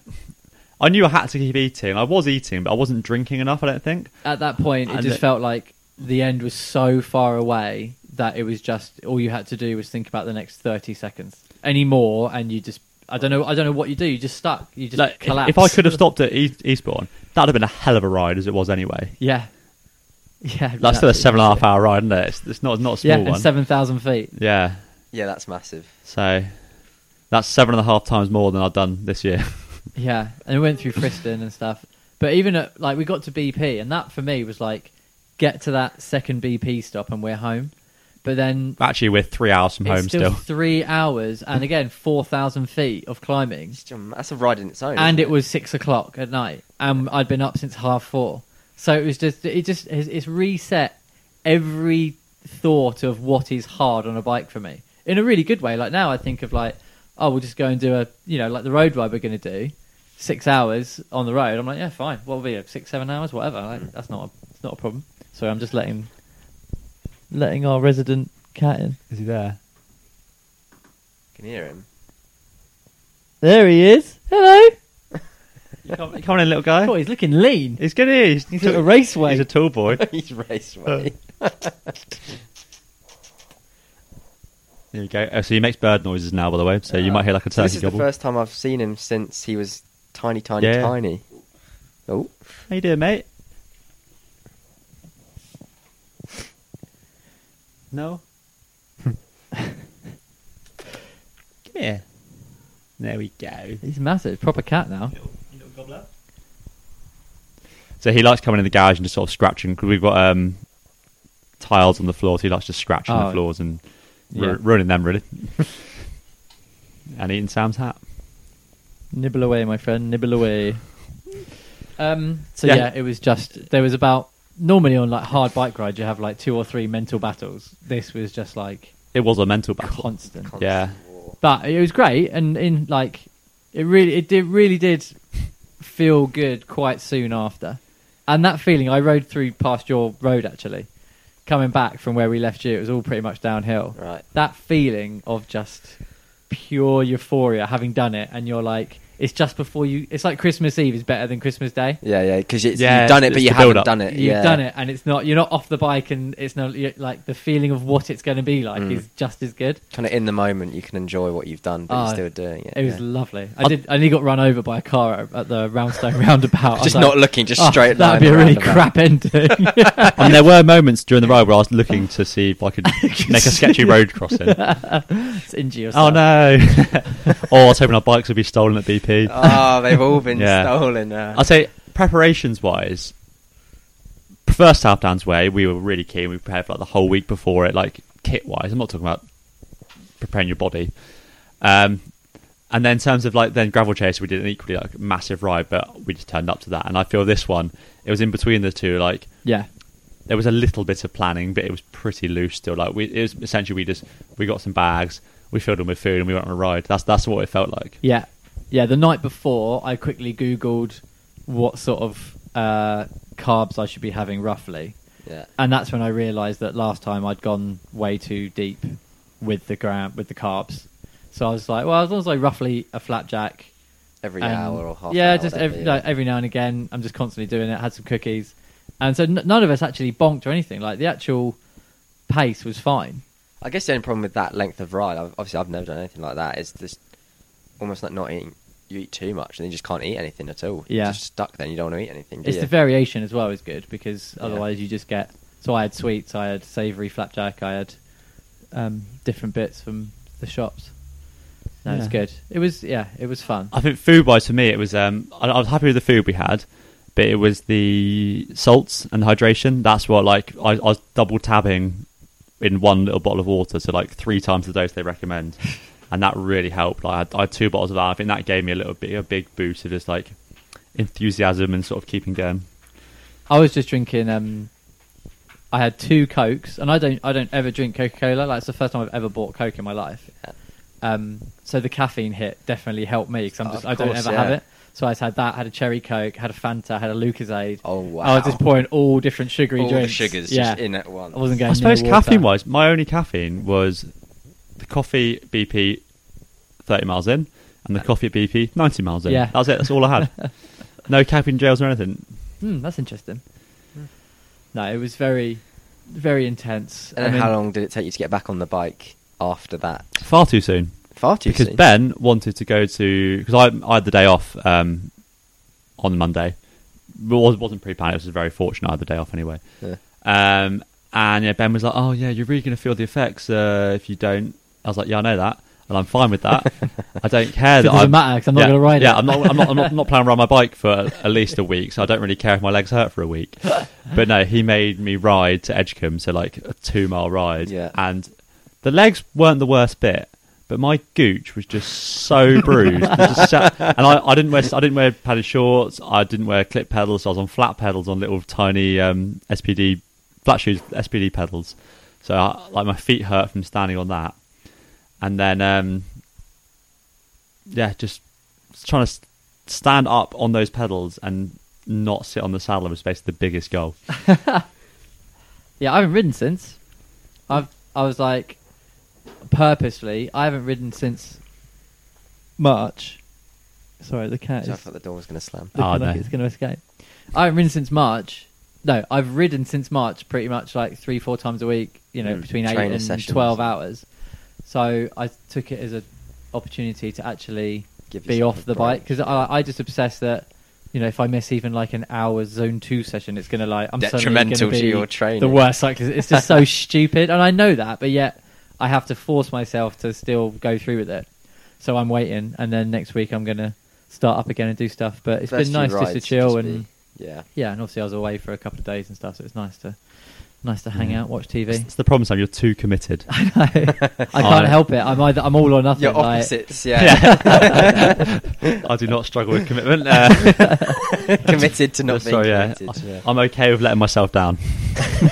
Speaker 3: I knew I had to keep eating. I was eating, but I wasn't drinking enough. I don't think.
Speaker 2: At that point, it
Speaker 3: And
Speaker 2: just
Speaker 3: it-
Speaker 2: felt like the end was so far away that it was just all you had to do was think about the next thirty seconds. Any more, and you just I don't know I don't know what you do. You just stuck. You just
Speaker 3: Like, if-
Speaker 2: collapse.
Speaker 3: if I could have stopped at East, Eastbourne, that'd have been a hell of a ride as it was anyway.
Speaker 2: yeah, yeah. it'd been
Speaker 3: That's still a
Speaker 2: absolutely
Speaker 3: seven and a half
Speaker 2: massive.
Speaker 3: hour ride, isn't it? It's, it's not it's not a small
Speaker 2: Yeah,
Speaker 3: one.
Speaker 2: and seven thousand feet.
Speaker 3: Yeah,
Speaker 1: yeah, that's massive.
Speaker 3: so that's seven and a half times more than I've done this year.
Speaker 2: Yeah, and we went through Friston and stuff. But even at, like we got to BP, and that for me was like get to that second BP stop and we're home. But then
Speaker 3: Actually, we're three hours from
Speaker 2: it's
Speaker 3: home
Speaker 2: still,
Speaker 3: still.
Speaker 2: three hours, and again four thousand feet of climbing,
Speaker 1: Still, That's a ride in its own.
Speaker 2: and
Speaker 1: isn't
Speaker 2: it was six o'clock at night, and I'd been up since half four. So it was just it just it's it's reset every thought of what is hard on a bike for me in a really good way. Like now I think of like oh we'll just go and do a you know like the road ride we're going to do six hours on the road. I'm like yeah fine. What will be it? six seven hours whatever.
Speaker 3: Mm.
Speaker 2: Like, that's not a, it's not a problem. So I'm just letting letting our resident cat in.
Speaker 3: Is he there?
Speaker 1: You can hear him.
Speaker 2: There he is. Hello.
Speaker 3: You come, you come on in, little guy.
Speaker 2: Oh, he's looking lean.
Speaker 3: He's good. He's,
Speaker 2: He's at a raceway.
Speaker 3: He's a tall boy.
Speaker 1: He's raced away.
Speaker 2: Uh,
Speaker 3: There you go. Oh, so he makes bird noises now, by the way. So you might hear like a
Speaker 1: So
Speaker 3: turkey
Speaker 1: this is
Speaker 3: gobble.
Speaker 1: the first time I've seen him since he was tiny, tiny,
Speaker 3: Yeah.
Speaker 1: tiny. Oh,
Speaker 3: How you doing, mate? No. Come here. There we go.
Speaker 2: He's massive, proper cat now.
Speaker 3: So he likes coming in the garage and just sort of scratching because we've got um, tiles on the floor. So he likes just scratching
Speaker 2: Oh.
Speaker 3: the floors and ru-
Speaker 2: Yeah.
Speaker 3: ruining them really, and eating Sam's hat.
Speaker 2: Nibble away, my friend, nibble away. Um, so yeah.
Speaker 3: Yeah.
Speaker 2: it was just there was about normally on like hard bike rides you have like two or three mental battles. This was just like
Speaker 3: It was a mental battle.
Speaker 2: constant.
Speaker 3: Yeah.
Speaker 2: But it was great, and in like it really, it did really did feel good quite soon after. And that feeling, I rode through past your road actually, coming back from where we left you. It was all pretty much downhill.
Speaker 1: Right.
Speaker 2: That feeling of just pure euphoria having done it, and you're like, it's just before you. It's like Christmas Eve is better than Christmas Day.
Speaker 1: Yeah, yeah, because
Speaker 3: Yeah,
Speaker 1: you've done it,
Speaker 3: it's
Speaker 1: but
Speaker 3: the
Speaker 1: you haven't
Speaker 3: build-up.
Speaker 1: done it.
Speaker 2: You've
Speaker 1: Uh, yeah.
Speaker 2: done it, and it's not. You're not off the bike, and it's not you're- like the feeling of what it's going to be like
Speaker 1: Mm.
Speaker 2: is just as good.
Speaker 1: Kind of in the moment, you can enjoy what you've done, but
Speaker 2: Oh,
Speaker 1: you're still doing it.
Speaker 2: It was
Speaker 1: yeah.
Speaker 2: lovely. I did. I nearly got run over by a car at- at the Roundstone roundabout. I was
Speaker 1: just
Speaker 2: like,
Speaker 1: not looking, just
Speaker 2: "Oh,
Speaker 1: straight. line
Speaker 2: That'd be a really
Speaker 1: around
Speaker 2: crap ending.
Speaker 3: and there were moments during the ride where I was looking to see if I could make a sketchy road crossing.
Speaker 2: it's injure
Speaker 3: Oh
Speaker 2: yourself.
Speaker 3: no! or I was hoping our bikes would be stolen at BP.
Speaker 1: about. Oh, they've all been
Speaker 3: Yeah.
Speaker 1: stolen. Uh,
Speaker 3: I'd say preparations wise, first half Dan's way, we were really keen. We prepared for like the whole week before it, like kit wise. I'm not talking about preparing your body. Um, and then in terms of like then gravel chase, we did an equally like massive ride, but we just turned up to that. And I feel this one, it was in between the two. Like
Speaker 2: Yeah.
Speaker 3: there was a little bit of planning, but it was pretty loose still. Like we, it was essentially we just we got some bags, we filled them with food, and we went on a ride. That's that's what it felt like.
Speaker 2: Yeah. Yeah. The night before, I quickly Googled what sort of uh, carbs I should be having roughly,
Speaker 1: yeah.
Speaker 2: and that's when I realised that last time I'd gone way too deep with the gram with the carbs. So I was like, well, as long as I roughly a flapjack,
Speaker 1: Every
Speaker 2: And-
Speaker 1: hour or half.
Speaker 2: Yeah,
Speaker 1: hour,
Speaker 2: just
Speaker 1: whatever,
Speaker 2: every,
Speaker 1: yeah.
Speaker 2: like, every now and again. I'm just constantly doing it. Had some cookies, and so n- none of us actually bonked or anything. Like the actual pace was fine.
Speaker 1: I guess the only problem with that length of ride, I've, obviously, I've never done anything like that. Is this almost like not eating? You eat too much, and then you just can't eat anything at all.
Speaker 2: Yeah.
Speaker 1: you're just stuck. Then you don't want to eat anything. Do
Speaker 2: It's
Speaker 1: you?
Speaker 2: the variation as well is good because
Speaker 1: Yeah.
Speaker 2: otherwise you just get. So I had sweets, I had savoury flapjack, I had um, different bits from the shops. No, it's
Speaker 3: Yeah.
Speaker 2: good. It was yeah, it was fun.
Speaker 3: I think food wise for me, it was um, I, I was happy with the food we had, but it was the salts and hydration. That's what like I, I was double tabbing in one little bottle of water, so like three times the dose they recommend, and that really helped. Like, I, had, I had two bottles of that. I think that gave me a little bit a big boost of just like enthusiasm and sort of keeping going.
Speaker 2: I was just drinking. Um, I had two cokes, and I don't. I don't ever drink Coca Cola. Like it's the first time I've ever bought Coke in my life. Um, so the caffeine hit definitely helped me because I'm
Speaker 1: Oh,
Speaker 2: just.
Speaker 1: of
Speaker 2: I don't
Speaker 1: course,
Speaker 2: ever
Speaker 1: yeah.
Speaker 2: have it. So I just had that. Had a cherry Coke. Had a Fanta. Had a Lucasade.
Speaker 1: Oh,
Speaker 2: I was just
Speaker 1: wow.
Speaker 2: pouring all different sugary
Speaker 1: all
Speaker 2: drinks.
Speaker 1: the sugars
Speaker 2: Yeah.
Speaker 1: just in at once.
Speaker 2: I wasn't going.
Speaker 3: I suppose
Speaker 2: near water.
Speaker 3: caffeine wise, my only caffeine was the coffee at BP thirty miles in, and the coffee at BP ninety miles in.
Speaker 2: Yeah.
Speaker 3: that was it. That's all I had. no caffeine gels or anything.
Speaker 2: Hmm, that's interesting. No, it was very, very intense.
Speaker 1: And
Speaker 2: I
Speaker 1: then
Speaker 2: mean-
Speaker 1: how long did it take you to get back on the bike after that?
Speaker 3: Far too soon.
Speaker 1: Far too
Speaker 3: because
Speaker 1: soon.
Speaker 3: Ben wanted to go to because I, I had the day off um, on Monday. It was, wasn't pre-planned. It was very fortunate I had the day off anyway.
Speaker 1: Yeah.
Speaker 3: Um, and yeah, Ben was like, "Oh yeah, you're really gonna feel the effects uh, if you don't." I was like, "Yeah, I know that, and I'm fine with that. I don't care
Speaker 2: It
Speaker 3: that
Speaker 2: doesn't
Speaker 3: I'm,
Speaker 2: matter 'cause I'm not
Speaker 3: yeah,
Speaker 2: gonna ride
Speaker 3: Yeah,
Speaker 2: it.
Speaker 3: I'm not. I'm not. I'm not, not planning to ride my bike for at least a week, so I don't really care if my legs hurt for a week. But no, he made me ride to Edgecombe, so like a two mile ride.
Speaker 1: Yeah.
Speaker 3: and the legs weren't the worst bit, but my gooch was just so bruised. It just sat- and I, I didn't wear I didn't wear padded shorts. I didn't wear clip pedals. I was on flat pedals on little tiny um, SPD flat shoes SPD pedals. So I, like my feet hurt from standing on that, and then um, yeah, just trying to s- stand up on those pedals and not sit on the saddle was basically the biggest goal.
Speaker 2: Yeah, I haven't ridden since. I've I was like purposely. I haven't ridden since March. Sorry, the cat
Speaker 1: So I
Speaker 2: is
Speaker 1: thought the door was going to slam.
Speaker 2: looking
Speaker 3: Oh,
Speaker 2: like
Speaker 3: no.
Speaker 2: it's going to escape. I haven't ridden since March. No, I've ridden since March, pretty much like three, four times a week. You know,
Speaker 1: Mm,
Speaker 2: between eight
Speaker 1: trainer
Speaker 2: and
Speaker 1: sessions.
Speaker 2: twelve hours. So I took it as an opportunity to actually
Speaker 1: Give
Speaker 2: be
Speaker 1: yourself
Speaker 2: off
Speaker 1: a
Speaker 2: the
Speaker 1: break,
Speaker 2: bike because I, I just obsess that. You know, if I miss even like an hour's zone two session, it's gonna like I'm suddenly gonna
Speaker 1: Detrimental to
Speaker 2: be
Speaker 1: your training.
Speaker 2: The worst cyclist. It's just so stupid, and I know that, but yet I have to force myself to still go through with it. So I'm waiting, and then next week I'm gonna start up again and do stuff. But it's
Speaker 1: First
Speaker 2: been
Speaker 1: few
Speaker 2: nice just to
Speaker 1: rides,
Speaker 2: chill
Speaker 1: just
Speaker 2: and
Speaker 1: be- yeah.
Speaker 2: yeah, and obviously I was away for a couple of days and stuff, so it's nice to Nice to hang out, watch TV.
Speaker 3: It's the problem, Sam. You're too committed.
Speaker 2: I know. I can't help it. I'm either I'm all or nothing.
Speaker 1: Your
Speaker 2: like-
Speaker 1: opposites, yeah.
Speaker 3: I do not struggle with commitment. Uh,
Speaker 1: committed to not being
Speaker 3: sorry, yeah.
Speaker 1: committed.
Speaker 3: I'm okay with letting myself down.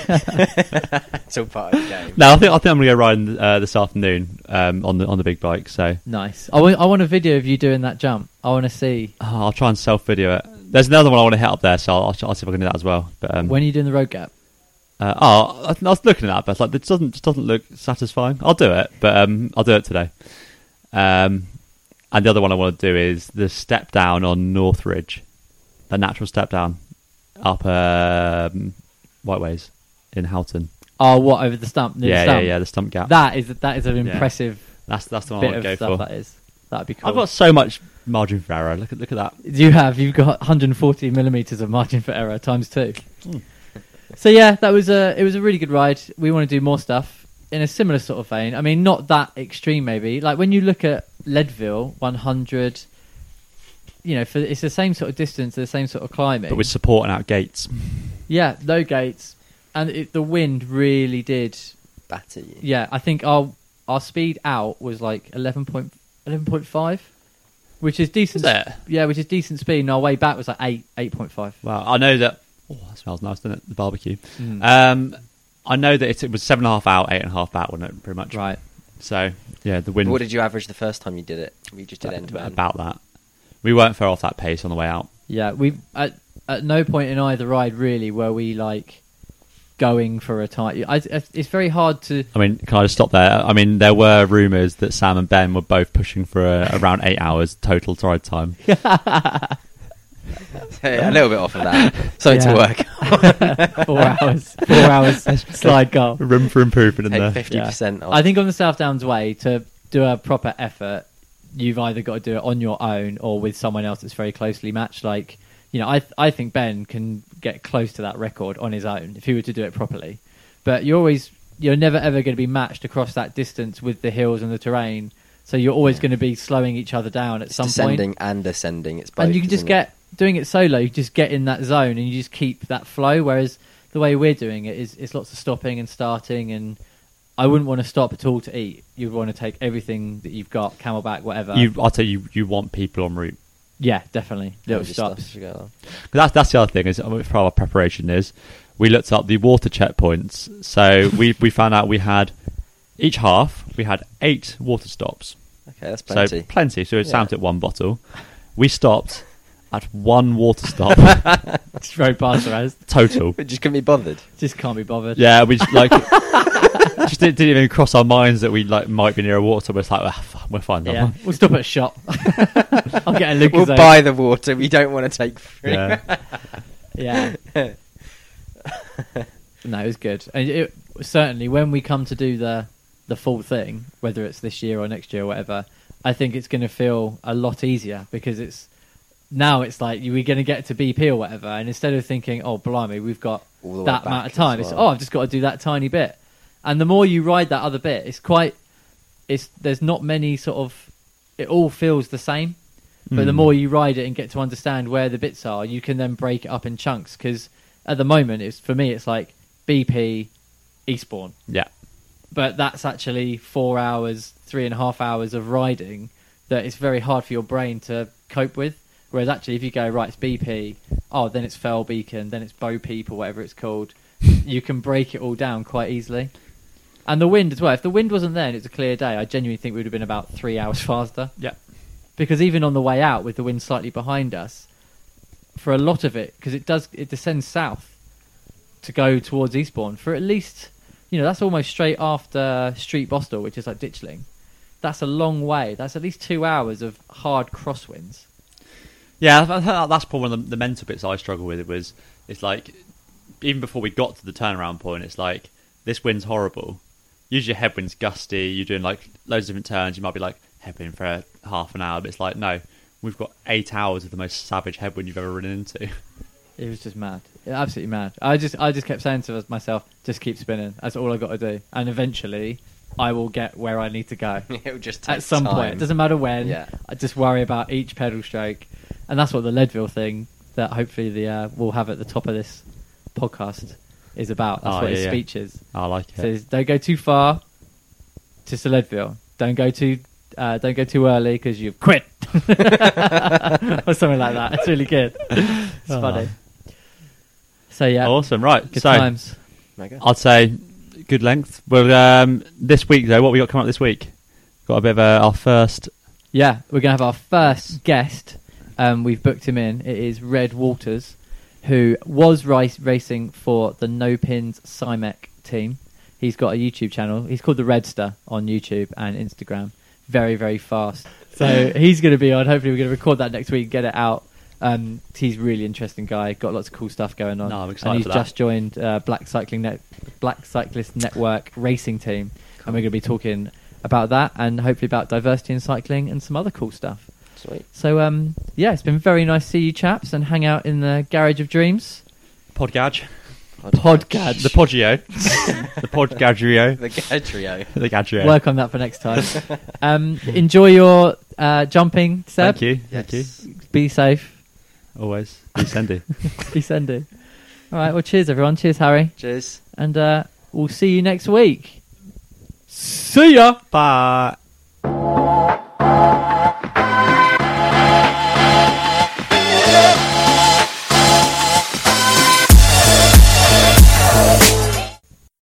Speaker 1: It's all part of the game.
Speaker 3: No, I think I think I'm gonna go riding uh, this afternoon um, on the on the big bike. So uh,
Speaker 2: Nice. I want, I want a video of you doing that jump. I want to see
Speaker 3: oh, I'll try and self video it. There's another one I want to hit up there, so I'll, I'll see if I can do that as well. But um,
Speaker 2: when you're doing the road gap.
Speaker 3: uh, oh, I, I was looking at that, but it's like it doesn't just doesn't look satisfying. I'll do it, but um, I'll do it today. Um, and the other one I want to do is the step down on Northridge, the natural step down up um, Whiteways in Houghton.
Speaker 2: Oh, what over the stump? Near
Speaker 3: yeah,
Speaker 2: the stump.
Speaker 3: yeah, yeah, the stump gap.
Speaker 2: That is that is an impressive
Speaker 3: that's that's the one I
Speaker 2: bit
Speaker 3: want
Speaker 2: of
Speaker 3: to
Speaker 2: stuff.
Speaker 3: go for.
Speaker 2: That is. That'd be cool.
Speaker 3: I've got so much margin for error. Look at look at that.
Speaker 2: you have you've got 140 millimeters of margin for error times two. so yeah, that was a it was a really good ride. We want to do more stuff in a similar sort of vein. I mean, not that extreme maybe. Like when you look at Leadville 100, you know, for, it's the same sort of distance, the same sort of climbing.
Speaker 3: But with support and out gates.
Speaker 2: yeah, low gates, and it, the wind really did.
Speaker 1: Batter you.
Speaker 2: Yeah, I think our our speed out was like 11 point, 11.5, which is decent.
Speaker 3: Is it?
Speaker 2: Yeah, which is decent speed. And our way back was like eight eight point five.
Speaker 3: Well, I know that. Oh, that smells nice, doesn't it? The barbecue.
Speaker 2: Mm.
Speaker 3: Um, I know that it, it was seven and a half out, eight and a half back, wasn't it? Pretty much.
Speaker 2: Right.
Speaker 3: So yeah, the wind
Speaker 1: What did you average the first time you did it? We just did end to
Speaker 3: about,
Speaker 1: end.
Speaker 3: about that. We weren't far off that pace on the way out.
Speaker 2: Yeah, we at at no point in either ride really were we like going for a tight. I, I- it's very hard to.
Speaker 3: I mean, can I just stop there? I mean, there were rumours that Sam and Ben were both pushing for a, around eight hours total ride time.
Speaker 1: Yeah, a little bit off of that. Something
Speaker 2: Yeah.
Speaker 1: to work.
Speaker 2: Four hours. Four hours. slide goal.
Speaker 3: Room for improvement in
Speaker 1: Take
Speaker 3: there.
Speaker 1: fifty percent off.
Speaker 2: I think on the South Downs way to do a proper effort, you've either got to do it on your own or with someone else that's very closely matched. Like you know, I I think Ben can get close to that record on his own if he were to do it properly. But you're always you're never ever going to be matched across that distance with the hills and the terrain. So you're always going to be slowing each other down at
Speaker 1: it's
Speaker 2: some point
Speaker 1: descending and ascending. It's both,
Speaker 2: and you can just
Speaker 1: isn't it?
Speaker 2: get doing it solo. You just get in that zone and you just keep that flow. Whereas the way we're doing it is it's lots of stopping and starting, and I wouldn't want to stop at all to eat. You'd want to take everything that you've got, camelback, whatever.
Speaker 3: You, I'll tell you, you want people en route.
Speaker 2: yeah, definitely little
Speaker 1: Just
Speaker 2: stops.
Speaker 1: stuff to go on.
Speaker 3: 'Cause That's that's the other thing is I mean, for our preparation is we looked up the water checkpoints. So we we found out we had each half we had eight water stops.
Speaker 1: Okay, that's plenty.
Speaker 3: So plenty. So it
Speaker 1: Yeah.
Speaker 3: sounds at one bottle. We stopped at one water stop
Speaker 2: Just road past the rest.
Speaker 3: total.
Speaker 1: we just couldn't be bothered.
Speaker 2: Just can't be bothered.
Speaker 3: Yeah, we just like just didn't, didn't even cross our minds that we like might be near a water. We're just like "Ah, f- we're fine.
Speaker 2: Yeah.
Speaker 3: Yeah.
Speaker 2: we'll stop at a shop. I'll get a Lucas.
Speaker 1: We'll buy the water. We don't want to take free.
Speaker 3: yeah.
Speaker 2: Yeah. no, it was good. And it, certainly, when we come to do the the full thing, whether it's this year or next year or whatever, I think it's going to feel a lot easier because it's now it's like you- we're going to get to BP or whatever, and instead of thinking, oh blimey, we've got
Speaker 1: All the way
Speaker 2: that
Speaker 1: back
Speaker 2: amount of
Speaker 1: as
Speaker 2: time, it's
Speaker 1: well.
Speaker 2: oh I've just got to do that tiny bit, and the more you ride that other bit, it's quite it's there's not many sort of it all feels the same but
Speaker 1: Hmm.
Speaker 2: the more you ride it and get to understand where the bits are you can then break it up in chunks because at the moment it's for me it's like bp eastbourne
Speaker 3: Yeah.
Speaker 2: but that's actually four hours three and a half hours of riding that it's very hard for your brain to cope with whereas actually if you go right it's bp oh then it's fell beacon then it's bow peep or whatever it's called you can break it all down quite easily and the wind as well if the wind wasn't there and it's a clear day i genuinely think we would have been about three hours faster
Speaker 3: Yeah.
Speaker 2: because even on the way out with the wind slightly behind us for a lot of it because it does it descends south to go towards eastbourne for at least you know that's almost straight after street bostel which is like ditchling that's a long way that's at least two hours of hard crosswinds
Speaker 3: Yeah, I think that- that's probably one of the, the mental bits I struggle with. It was, it's like, even before we got to the turnaround point, it's like this wind's horrible. Usually, your headwind's gusty. You're doing like loads of different turns. You might be like headwind for half an hour, but it's like no, we've got eight hours of the most savage headwind you've ever run into.
Speaker 2: it was just mad Yeah, absolutely mad i just i just kept saying to myself just keep spinning that's all i got to do and eventually i will get where i need to go
Speaker 1: It'll just take
Speaker 2: at some point. It
Speaker 1: time.
Speaker 2: doesn't matter when.
Speaker 1: Yeah.
Speaker 2: I just worry about each pedal stroke, and that's what the Leadville thing that hopefully the uh, we'll have at the top of this podcast is about. That's
Speaker 3: Oh,
Speaker 2: what
Speaker 3: yeah,
Speaker 2: his
Speaker 3: yeah.
Speaker 2: speech is.
Speaker 3: I like it.
Speaker 2: So it's, don't go too far to Saledville. Don't go too uh, don't go too early because you've quit or something like that. It's really good. It's
Speaker 3: Oh.
Speaker 2: funny. So yeah,
Speaker 3: Awesome, right?
Speaker 2: good
Speaker 3: so
Speaker 2: times.
Speaker 1: Mega.
Speaker 3: I'd say good length. Well, um, this week though, what we got coming up this week? Got a bit of uh, our first.
Speaker 2: Yeah, we're gonna have our first guest. Um, we've booked him in. It is Red Walters, who was race racing for the No Pins Cymec team. He's got a YouTube channel. He's called the Redster on YouTube and Instagram. Very very fast. So he's going to be on. Hopefully, we're going to record that next week and get it out. Um, he's a really interesting guy. Got lots of cool stuff going on.
Speaker 3: No, I'm
Speaker 2: And
Speaker 3: excited
Speaker 2: he's
Speaker 3: for that.
Speaker 2: just joined uh, Black Cycling Net, Black Cyclist Network Racing Team, and we're going to be talking about that and hopefully about diversity in cycling and some other cool stuff.
Speaker 1: Sweet.
Speaker 2: So um, yeah, it's been very nice to see you chaps and hang out in the Garage of Dreams
Speaker 3: Podgadge.
Speaker 2: podcast.
Speaker 3: The Poggio. the Podgadrio.
Speaker 1: The Gadrio.
Speaker 3: The Gadrio.
Speaker 2: Work on that for next time. um, enjoy your uh, jumping, Seb.
Speaker 3: Thank you. Thank you.
Speaker 2: Be safe.
Speaker 3: Always. Be sendy.
Speaker 2: Be sending. All right. Well, cheers everyone. Cheers, Harry.
Speaker 1: Cheers.
Speaker 2: and uh, we'll see you next week. See ya.
Speaker 3: Bye.